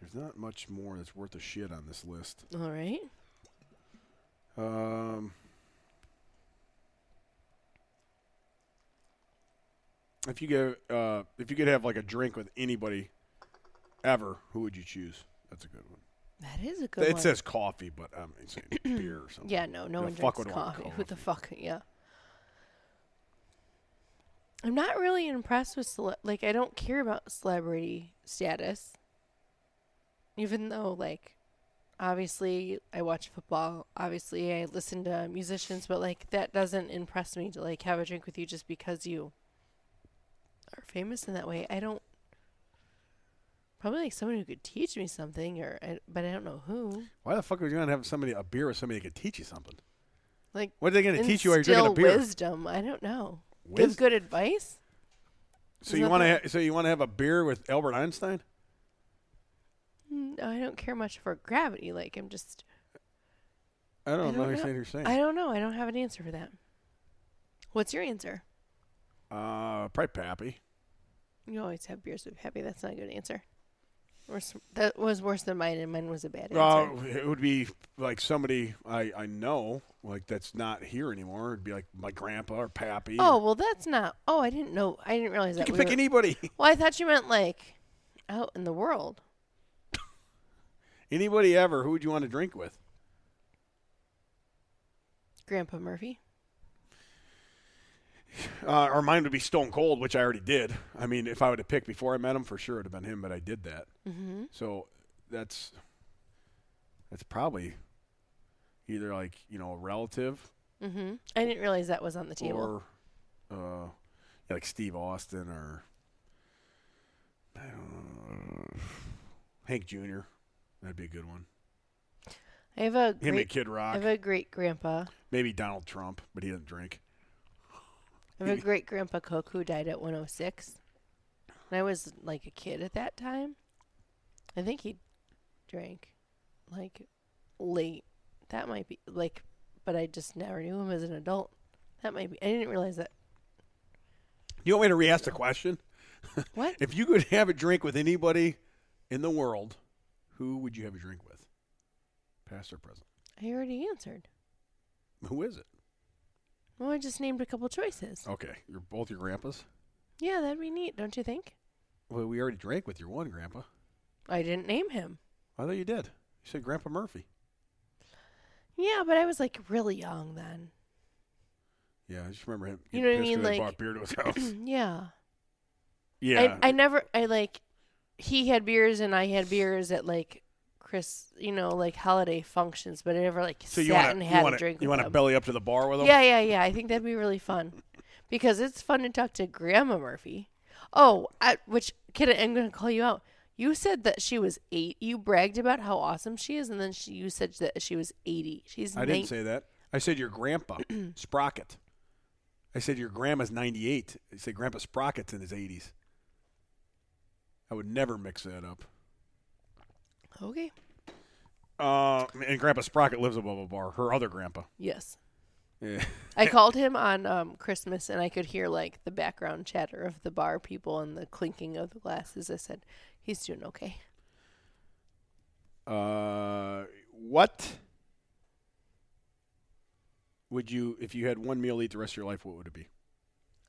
[SPEAKER 1] There's not much more that's worth a shit on this list.
[SPEAKER 2] All right.
[SPEAKER 1] Um, if you give, uh, if you could have like a drink with anybody ever, who would you choose? That's a good one.
[SPEAKER 2] That is a good
[SPEAKER 1] It
[SPEAKER 2] one.
[SPEAKER 1] says coffee, but I'm saying beer or something.
[SPEAKER 2] yeah, no, no
[SPEAKER 1] The
[SPEAKER 2] one
[SPEAKER 1] fuck
[SPEAKER 2] drinks
[SPEAKER 1] would want
[SPEAKER 2] coffee. Who the fuck? Yeah. I'm not really impressed with cele- like I don't care about celebrity status. Even though like obviously I watch football, obviously I listen to musicians, but like that doesn't impress me to like have a drink with you just because you are famous in that way. I don't probably like someone who could teach me something or I, but I don't know who.
[SPEAKER 1] Why the fuck would you not have somebody a beer with somebody that could teach you something?
[SPEAKER 2] Like
[SPEAKER 1] What are they going to teach you while you're drinking a
[SPEAKER 2] instill
[SPEAKER 1] beer?
[SPEAKER 2] wisdom. I don't know.
[SPEAKER 1] Wisdom?
[SPEAKER 2] Give good advice.
[SPEAKER 1] So you
[SPEAKER 2] Nothing.
[SPEAKER 1] want to? So you want to have a beer with Albert Einstein?
[SPEAKER 2] No, Mm, I don't care much for gravity. Like I'm just.
[SPEAKER 1] I don't,
[SPEAKER 2] I
[SPEAKER 1] know
[SPEAKER 2] don't
[SPEAKER 1] what
[SPEAKER 2] know.
[SPEAKER 1] you're saying.
[SPEAKER 2] I don't know. I don't have an answer for that. What's your answer?
[SPEAKER 1] uh, probably Pappy.
[SPEAKER 2] You always have beers with happy. That's not a good answer. Worse, that was worse than mine, and mine was a bad answer.
[SPEAKER 1] Uh, it would be like somebody I, I know, like that's not here anymore. It'd be like my grandpa or Pappy.
[SPEAKER 2] oh well, that's not. Oh, I didn't know. I didn't realize
[SPEAKER 1] you
[SPEAKER 2] that.
[SPEAKER 1] can
[SPEAKER 2] we
[SPEAKER 1] pick
[SPEAKER 2] were-
[SPEAKER 1] anybody,
[SPEAKER 2] well, I thought you meant like out in the world.
[SPEAKER 1] anybody ever. Who would you want to drink with?
[SPEAKER 2] Grandpa Murphy.
[SPEAKER 1] Uh, or mine would be Stone Cold, which I already did. I mean, if I would have picked before I met him, for sure it'd have been him. But I did that,
[SPEAKER 2] Mm-hmm.
[SPEAKER 1] so that's that's probably either like you know a relative
[SPEAKER 2] Mm-hmm. I didn't realize that was on the table.
[SPEAKER 1] or uh, yeah, like Steve Austin or I don't know, Hank Jr. That'd be a good one.
[SPEAKER 2] I have a
[SPEAKER 1] Him and
[SPEAKER 2] great.
[SPEAKER 1] Kid
[SPEAKER 2] I
[SPEAKER 1] Rock,
[SPEAKER 2] have a great grandpa.
[SPEAKER 1] maybe Donald Trump, but he doesn't drink.
[SPEAKER 2] I have a great grandpa Coke who died at 106. And I was like a kid at that time. I think he drank like late. That might be like, but I just never knew him as an adult. That might be. I didn't realize that.
[SPEAKER 1] You want me to re-ask the question?
[SPEAKER 2] What?
[SPEAKER 1] If you could have a drink with anybody in the world, who would you have a drink with, past or present?
[SPEAKER 2] I already answered.
[SPEAKER 1] Who is it?
[SPEAKER 2] Well, I just named a couple choices.
[SPEAKER 1] Okay, you're both your grandpas.
[SPEAKER 2] Yeah, that'd be neat, don't you think?
[SPEAKER 1] Well, we already drank with your one grandpa.
[SPEAKER 2] I didn't name him.
[SPEAKER 1] I thought you did. You said Grandpa Murphy.
[SPEAKER 2] Yeah, but I was like really young then.
[SPEAKER 1] Yeah, I just remember him. getting
[SPEAKER 2] You know what I
[SPEAKER 1] pissed
[SPEAKER 2] mean?
[SPEAKER 1] 'cause they
[SPEAKER 2] Like-
[SPEAKER 1] brought beer to his house.
[SPEAKER 2] Mm, yeah.
[SPEAKER 1] yeah,
[SPEAKER 2] I, I never I like he had beers and I had beers at like Chris you know like holiday functions, but I never like
[SPEAKER 1] So
[SPEAKER 2] sat
[SPEAKER 1] you want
[SPEAKER 2] and
[SPEAKER 1] to
[SPEAKER 2] had
[SPEAKER 1] you want
[SPEAKER 2] a drink.
[SPEAKER 1] to you
[SPEAKER 2] with
[SPEAKER 1] want to
[SPEAKER 2] him.
[SPEAKER 1] belly up to the bar with them?
[SPEAKER 2] Yeah, yeah, yeah. I think that'd be really fun because it's fun to talk to Grandma Murphy. Oh, I, which kid? I'm gonna call you out. You said that she was eight. You bragged about how awesome she is, and then she, you said that she was eighty. She's
[SPEAKER 1] I didn't
[SPEAKER 2] nine-
[SPEAKER 1] say that. I said your grandpa Sprocket. I said your grandma's 98. I said grandpa Sprocket's in his 80s. I would never mix that up.
[SPEAKER 2] okay.
[SPEAKER 1] Uh, and grandpa Sprocket lives above a bar. Her other grandpa.
[SPEAKER 2] Yes,
[SPEAKER 1] Yeah.
[SPEAKER 2] I called him on um, Christmas, and I could hear like the background chatter of the bar people and the clinking of the glasses. I said, "He's doing okay."
[SPEAKER 1] Uh, what would you if you had one meal to eat the rest of your life? What would it be?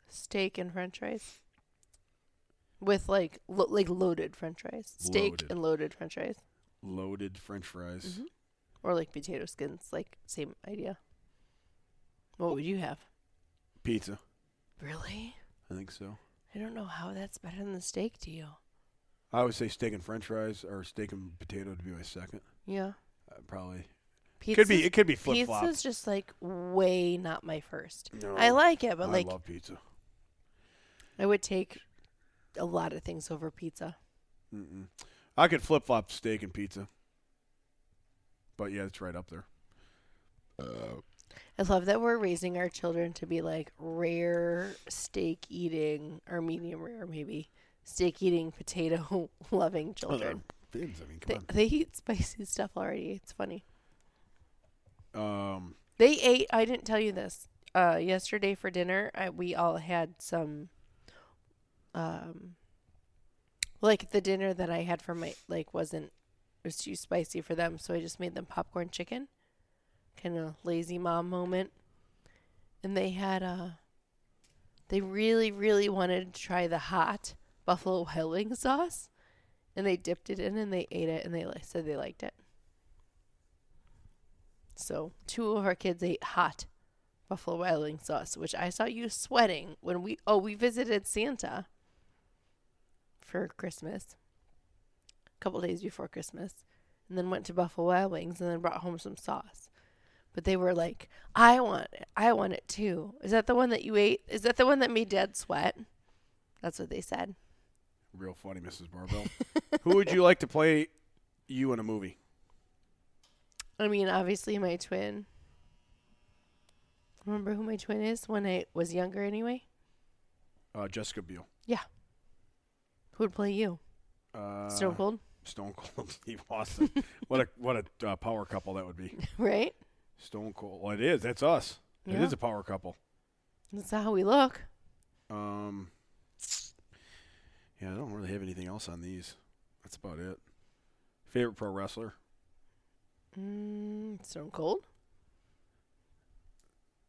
[SPEAKER 2] Steak and French fries, with like lo- like loaded French fries, steak
[SPEAKER 1] Loaded.
[SPEAKER 2] and loaded French fries,
[SPEAKER 1] Loaded French fries.
[SPEAKER 2] Mhm. or like potato skins. Like same idea. What would you have?
[SPEAKER 1] Pizza.
[SPEAKER 2] Really?
[SPEAKER 1] I think so.
[SPEAKER 2] I don't know how that's better than the steak to you.
[SPEAKER 1] I would say steak and French fries or steak and potato would be my second.
[SPEAKER 2] Yeah.
[SPEAKER 1] Uh, probably
[SPEAKER 2] Pizza.
[SPEAKER 1] could be it could be flip flop.
[SPEAKER 2] Pizza's just like way not my first.
[SPEAKER 1] No.
[SPEAKER 2] I like it, but
[SPEAKER 1] I
[SPEAKER 2] like
[SPEAKER 1] love pizza.
[SPEAKER 2] I would take a lot of things over pizza.
[SPEAKER 1] Mm-mm. I could flip flop steak and pizza, but yeah, it's right up there. Uh,
[SPEAKER 2] I love that we're raising our children to be like rare steak eating or medium rare maybe steak eating potato loving
[SPEAKER 1] Well, they're
[SPEAKER 2] children.
[SPEAKER 1] Fins. I mean,
[SPEAKER 2] They,
[SPEAKER 1] come
[SPEAKER 2] they eat spicy stuff already. It's funny.
[SPEAKER 1] on. Um,
[SPEAKER 2] They ate. I didn't tell you this. Uh, yesterday for dinner, I, we all had some, um, like the dinner that I had for my like wasn't it was too spicy for them, so I just made them popcorn chicken, kind of lazy mom moment. And they had uh, they really really wanted to try the hot buffalo wild wing sauce, and they dipped it in and they ate it and they like said they liked it. So two of our kids ate hot buffalo wild wing sauce, which I saw you sweating when we oh we visited Santa for Christmas, a couple days before Christmas, and then went to Buffalo Wild Wings and then brought home some sauce. But they were like, "I want it, I want it too." Is that the one that you ate? Is that the one that made Dad sweat? That's what they said.
[SPEAKER 1] Real funny, Mrs. Barbell. Who would you like to play you in a movie?
[SPEAKER 2] I mean, obviously my twin. Remember who my twin is when I was younger anyway?
[SPEAKER 1] Uh, Jessica Biel.
[SPEAKER 2] Who would play you?
[SPEAKER 1] Uh,
[SPEAKER 2] Stone Cold,
[SPEAKER 1] Stone Cold and Steve Austin. what a what a uh, power couple that would be.
[SPEAKER 2] right?
[SPEAKER 1] Stone Cold. Well, it is. That's us. It
[SPEAKER 2] Yeah.
[SPEAKER 1] is a power couple.
[SPEAKER 2] That's not how we look.
[SPEAKER 1] Um, yeah, I don't really have anything else on these. That's about it. Favorite pro wrestler?
[SPEAKER 2] Mm, Stone Cold.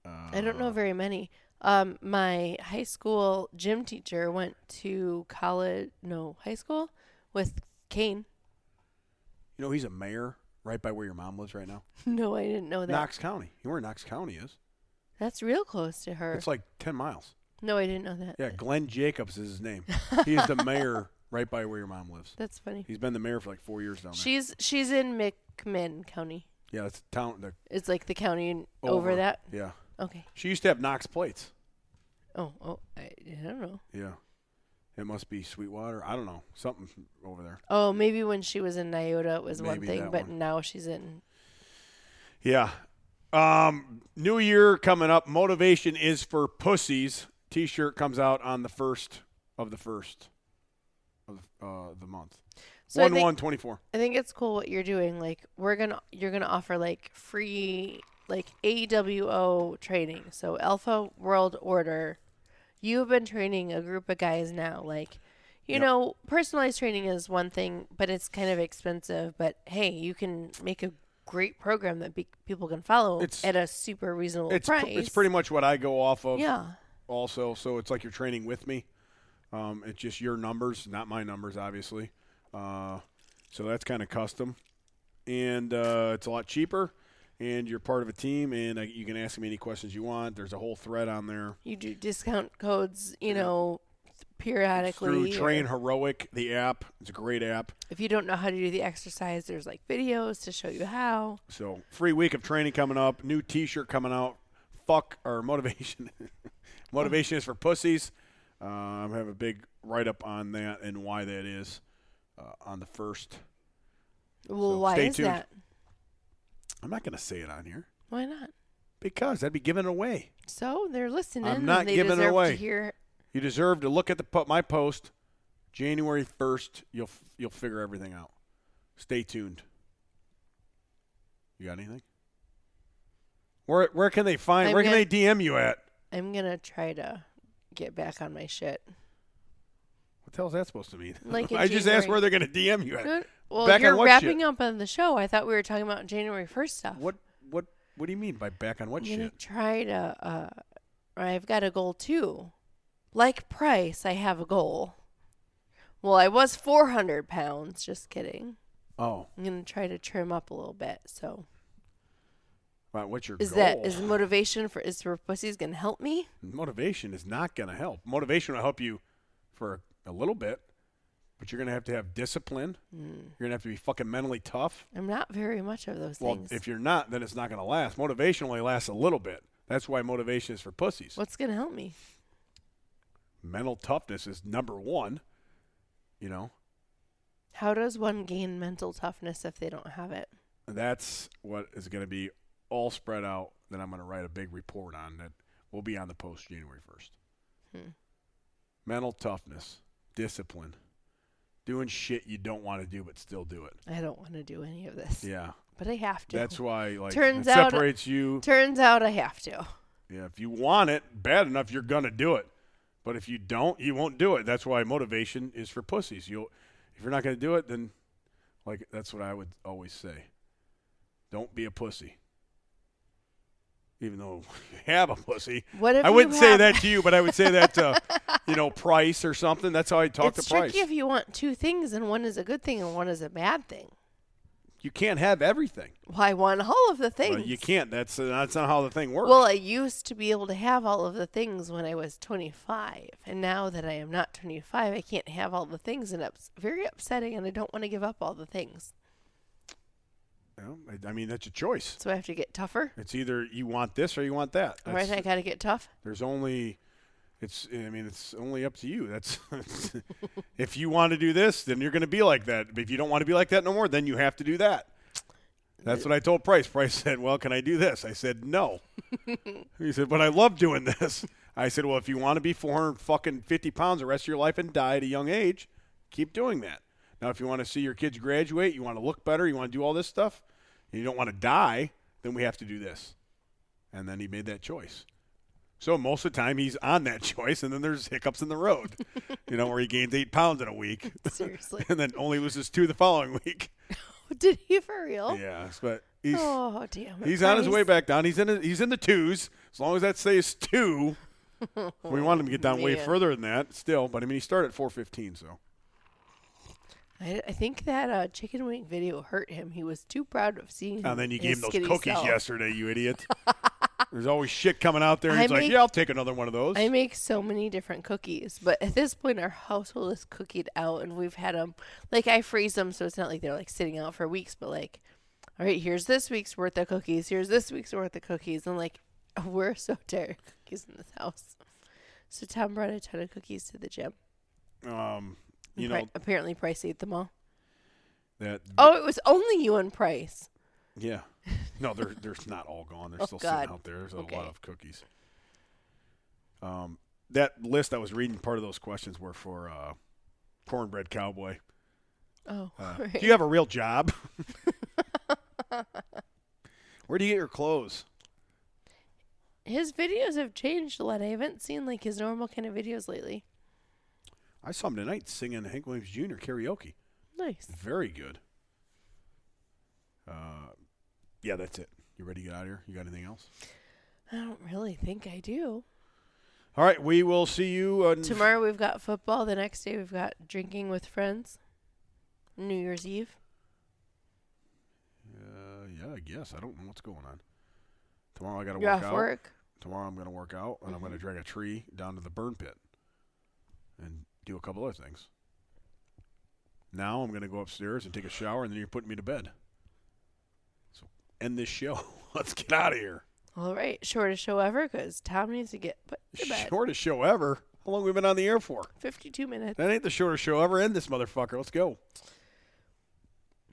[SPEAKER 1] Uh,
[SPEAKER 2] I don't know very many. Um, my high school gym teacher went to college, no, high school with Kane.
[SPEAKER 1] You know, he's a mayor right by where your mom lives right now.
[SPEAKER 2] No, I didn't know that.
[SPEAKER 1] Knox County. You know where Knox County is?
[SPEAKER 2] That's real close to her.
[SPEAKER 1] It's like 10 miles.
[SPEAKER 2] no, I didn't know that.
[SPEAKER 1] Yeah, Glenn Jacobs is his name. He is the mayor right by where your mom lives.
[SPEAKER 2] That's funny.
[SPEAKER 1] He's been the mayor for like four years down there.
[SPEAKER 2] She's she's in McMinn County.
[SPEAKER 1] yeah, that's the town. The,
[SPEAKER 2] It's like the county in- over,
[SPEAKER 1] Over.
[SPEAKER 2] that.
[SPEAKER 1] yeah.
[SPEAKER 2] Okay.
[SPEAKER 1] She used to have Knox plates.
[SPEAKER 2] Oh, oh, I, I don't know.
[SPEAKER 1] Yeah. It must be Sweetwater. I don't know. Something over there.
[SPEAKER 2] Oh, maybe when she was in Nyota it was one
[SPEAKER 1] Maybe
[SPEAKER 2] thing,
[SPEAKER 1] that
[SPEAKER 2] but
[SPEAKER 1] one.
[SPEAKER 2] now she's in.
[SPEAKER 1] Yeah. Um, new year coming up. Motivation is for pussies. T-shirt comes out on the first of the first of uh, the month.
[SPEAKER 2] So I
[SPEAKER 1] one
[SPEAKER 2] think-
[SPEAKER 1] one twenty four.
[SPEAKER 2] I think it's cool what you're doing. Like we're gonna you're gonna offer like free like AWO training. So Alpha World Order. You've been training a group of guys now. Like you
[SPEAKER 1] Yep.
[SPEAKER 2] know, personalized training is one thing, but it's kind of expensive. But hey, you can make a great program that be- people can follow
[SPEAKER 1] It's-
[SPEAKER 2] at a super reasonable
[SPEAKER 1] It's pr-
[SPEAKER 2] price.
[SPEAKER 1] it's pretty much what I go off of.
[SPEAKER 2] yeah.
[SPEAKER 1] also. So it's like you're training with me. Um, it's just your numbers, not my numbers, obviously. Uh, so that's kind of custom, and uh, it's a lot cheaper. And you're part of a team, and uh, you can ask me any questions you want. There's a whole thread on there
[SPEAKER 2] You do discount codes. You know, periodically.
[SPEAKER 1] through
[SPEAKER 2] or-
[SPEAKER 1] Train Heroic, the app. It's a great app.
[SPEAKER 2] if you don't know how to do the exercise, there's like videos to show you how.
[SPEAKER 1] So free week of training coming up. New T-shirt coming out. Fuck our motivation. motivation is for pussies. Uh, I have a big write up on that and why that is uh, on the first.
[SPEAKER 2] Well,
[SPEAKER 1] So
[SPEAKER 2] why
[SPEAKER 1] stay
[SPEAKER 2] is
[SPEAKER 1] tuned.
[SPEAKER 2] that?
[SPEAKER 1] I'm not going to say it on here
[SPEAKER 2] Why not?
[SPEAKER 1] because that'd be given away.
[SPEAKER 2] So they're listening.
[SPEAKER 1] I'm
[SPEAKER 2] and
[SPEAKER 1] not
[SPEAKER 2] they
[SPEAKER 1] giving
[SPEAKER 2] deserve
[SPEAKER 1] away.
[SPEAKER 2] To hear.
[SPEAKER 1] You deserve to look at the po- my post, January 1st. You'll f- you'll figure everything out. Stay tuned. You got anything? Where where can they find?
[SPEAKER 2] I'm
[SPEAKER 1] where
[SPEAKER 2] gonna-
[SPEAKER 1] can they DM you at?
[SPEAKER 2] I'm gonna try to get back on my shit.
[SPEAKER 1] What the hell is that supposed to mean?
[SPEAKER 2] Like in
[SPEAKER 1] I just asked
[SPEAKER 2] January.
[SPEAKER 1] where they're going to DM you at.
[SPEAKER 2] No, well,
[SPEAKER 1] Back on
[SPEAKER 2] you're
[SPEAKER 1] what
[SPEAKER 2] wrapping
[SPEAKER 1] shit?
[SPEAKER 2] up on the show. I thought we were talking about January 1st stuff.
[SPEAKER 1] What what what do you mean by back on what
[SPEAKER 2] I'm gonna
[SPEAKER 1] shit?
[SPEAKER 2] try to. Uh, I've got a goal too. Like Price, I have a goal. Well, I was 400 pounds. Just kidding.
[SPEAKER 1] Oh,
[SPEAKER 2] I'm gonna try to trim up a little bit. So
[SPEAKER 1] wow, what's your
[SPEAKER 2] is
[SPEAKER 1] goal?
[SPEAKER 2] that is motivation for is for pussies gonna help me?
[SPEAKER 1] motivation is not going to help. Motivation will help you for a little bit, but you're going to have to have discipline. You're going to have to be fucking mentally tough.
[SPEAKER 2] Hmm. I'm not very much of those
[SPEAKER 1] Well,
[SPEAKER 2] things.
[SPEAKER 1] if you're not, then it's not going to last. Motivation only lasts a little bit. That's why motivation is for pussies.
[SPEAKER 2] What's gonna help me?
[SPEAKER 1] Mental toughness is number one. You know,
[SPEAKER 2] How does one gain mental toughness if they don't have it?
[SPEAKER 1] that's what is going to be all spread out. That I'm going to write a big report on that will be on the post January 1st.
[SPEAKER 2] Hmm.
[SPEAKER 1] Mental toughness, discipline, doing shit you don't want to do but still do it.
[SPEAKER 2] I don't want to do any of this,
[SPEAKER 1] Yeah,
[SPEAKER 2] but I have to.
[SPEAKER 1] that's why like
[SPEAKER 2] Turns
[SPEAKER 1] it
[SPEAKER 2] out-
[SPEAKER 1] separates you.
[SPEAKER 2] Turns out I have to.
[SPEAKER 1] Yeah, if you want it bad enough, you're gonna do it. But if you don't, you won't do it. That's why motivation is for pussies. You, will if you're not gonna do it, then like that's what I would always say. Don't be a pussy. Even though you have a pussy,
[SPEAKER 2] What if
[SPEAKER 1] I
[SPEAKER 2] you
[SPEAKER 1] wouldn't say
[SPEAKER 2] have-
[SPEAKER 1] that to you, but I would say that to you know Price or something. That's how I talk
[SPEAKER 2] it's
[SPEAKER 1] to Price.
[SPEAKER 2] tricky if you want two things and one is a good thing and one is a bad thing.
[SPEAKER 1] You can't have everything.
[SPEAKER 2] Why want all of the
[SPEAKER 1] Well,
[SPEAKER 2] things?
[SPEAKER 1] you can't. That's uh, that's not how the thing works.
[SPEAKER 2] Well, I used to be able to have all of the things when I was 25, and now that I am not 25, I can't have all the things, and it's very upsetting, and I don't want to give up all the things.
[SPEAKER 1] Well, I- I mean, that's your choice.
[SPEAKER 2] So I have to get tougher,
[SPEAKER 1] It's either you want this or you want that.
[SPEAKER 2] All right,
[SPEAKER 1] That's-
[SPEAKER 2] I got to get tough.
[SPEAKER 1] There's only, it's. I mean, it's only up to you. That's if you want to do this, then you're going to be like that. But if you don't want to be like that no more, then you have to do that. That's what I told Price. Price said, "Well, can I do this?" I said, "No." he said, "But I love doing this." I said, "Well, if you want to be 400 fucking 50 pounds the rest of your life and die at a young age, keep doing that. Now, if you want to see your kids graduate, you want to look better, you want to do all this stuff, and you don't want to die, then we have to do this." And then he made that choice. So most of the time he's on that choice, and then there's hiccups in the road, you know, where he gains eight pounds in a week,
[SPEAKER 2] Seriously.
[SPEAKER 1] and then only loses two the following week.
[SPEAKER 2] Did he for real?
[SPEAKER 1] Yeah, but he's
[SPEAKER 2] Oh, damn. it,
[SPEAKER 1] he's on his way
[SPEAKER 2] Bryce.
[SPEAKER 1] back down. He's in he's in the twos. As long as that stays two, we want him to get down way
[SPEAKER 2] Man.
[SPEAKER 1] further than that still. But I mean, he started at 4:15, so
[SPEAKER 2] I, I think that uh, chicken wing video hurt him. He was too proud of seeing
[SPEAKER 1] and then you gave
[SPEAKER 2] his
[SPEAKER 1] him those
[SPEAKER 2] skinny
[SPEAKER 1] cookies
[SPEAKER 2] self.
[SPEAKER 1] yesterday, you idiot. There's always shit coming out there. And
[SPEAKER 2] I
[SPEAKER 1] he's like,
[SPEAKER 2] make-
[SPEAKER 1] yeah, I'll take another one of those.
[SPEAKER 2] I make so many different cookies, but at this point, our household is cookied out, and we've had them. Like I freeze them, so it's not like they're like sitting out for weeks. But like, all right, here's this week's worth of cookies. Here's this week's worth of cookies, and like, we're so tired of cookies in this house. So Tom brought a ton of cookies to the gym.
[SPEAKER 1] um, you
[SPEAKER 2] Pri-
[SPEAKER 1] know
[SPEAKER 2] apparently Price ate them all.
[SPEAKER 1] that.
[SPEAKER 2] Oh, it was only you and Price.
[SPEAKER 1] Yeah. No, they're they're not all gone. They're
[SPEAKER 2] Oh,
[SPEAKER 1] still
[SPEAKER 2] God.
[SPEAKER 1] sitting out there. There's a
[SPEAKER 2] Okay.
[SPEAKER 1] lot of cookies. Um, that list I was reading, part of those questions were for uh, cornbread cowboy.
[SPEAKER 2] Oh,
[SPEAKER 1] Uh,
[SPEAKER 2] right.
[SPEAKER 1] Do you have a real job? Where do you get your clothes?
[SPEAKER 2] his videos have changed a lot. I haven't seen like his normal kind of videos lately.
[SPEAKER 1] I saw him tonight singing Hank Williams Jr. karaoke.
[SPEAKER 2] Nice.
[SPEAKER 1] Very good. Uh, yeah, that's it. You ready to get out of here? You got anything else?
[SPEAKER 2] I don't really think I do.
[SPEAKER 1] All right, we will see you uh, on
[SPEAKER 2] Tomorrow we've got football. The next day we've got drinking with friends. New Year's Eve.
[SPEAKER 1] Uh, yeah, I guess. I don't know what's going on. Tomorrow I got to
[SPEAKER 2] You're
[SPEAKER 1] work
[SPEAKER 2] off
[SPEAKER 1] out.
[SPEAKER 2] work. Mm-hmm.
[SPEAKER 1] Tomorrow I'm going to work out, and I'm going to drag a tree down to the burn pit and do a couple other things. Now I'm going to go upstairs and take a shower, and then you're putting me to bed. So end this show. Let's get out of here.
[SPEAKER 2] All right. Shortest show ever because Tom needs to get put to bed.
[SPEAKER 1] Shortest show ever. How long we been on the air for?
[SPEAKER 2] 52 minutes.
[SPEAKER 1] That ain't the shortest show ever. End this motherfucker. Let's go.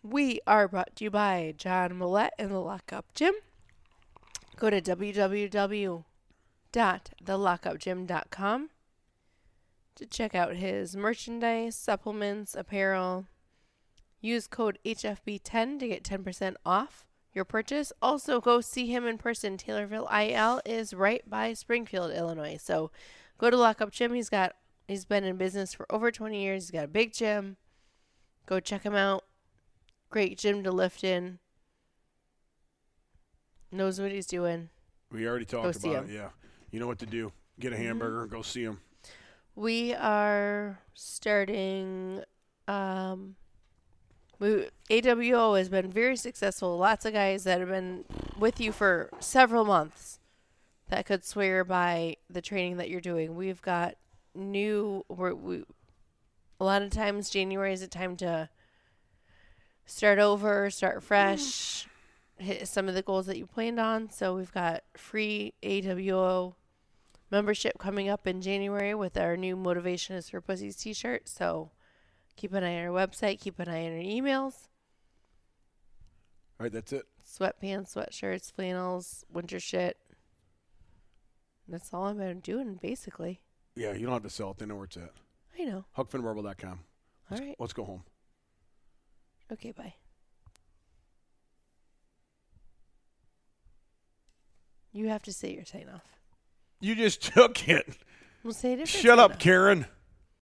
[SPEAKER 2] We are brought to you by John Millette and the Lockup Gym. Go to www.thelockupgym.com to check out his merchandise, supplements, apparel. Use code HFB10 to get 10% off your purchase. Also, go see him in person. Taylorville IL is right by Springfield, Illinois. So go to Lockup Gym. He's got he's been in business for over 20 years. He's got a big gym. Go check him out great gym to lift in. Knows what he's doing.
[SPEAKER 1] We already talked
[SPEAKER 2] Go
[SPEAKER 1] about
[SPEAKER 2] see Mm-hmm.
[SPEAKER 1] it. Yeah. You know what to do. Get a hamburger. Go see him.
[SPEAKER 2] We are starting. Um, we AWO has been very successful. Lots of guys that have been with you for several months that could swear by the training that you're doing. We've got new. We're, we a lot of times January is a time to start over, start fresh, hit some of the goals that you planned on. So we've got free AWO membership coming up in January with our new Motivation is for Pussies t shirt. So keep an eye on our website, keep an eye on our emails.
[SPEAKER 1] All right, that's it.
[SPEAKER 2] Sweatpants, sweatshirts, flannels, winter shit. That's all I've been doing, basically.
[SPEAKER 1] Yeah, you don't have to sell it. They know where it's at.
[SPEAKER 2] I know.
[SPEAKER 1] HuckFinnBarbell.com.
[SPEAKER 2] All
[SPEAKER 1] Let's,
[SPEAKER 2] right.
[SPEAKER 1] let's go home.
[SPEAKER 2] Okay, bye. You have to say your sign off.
[SPEAKER 1] You just took it.
[SPEAKER 2] We'll say it.
[SPEAKER 1] Shut up, Karen.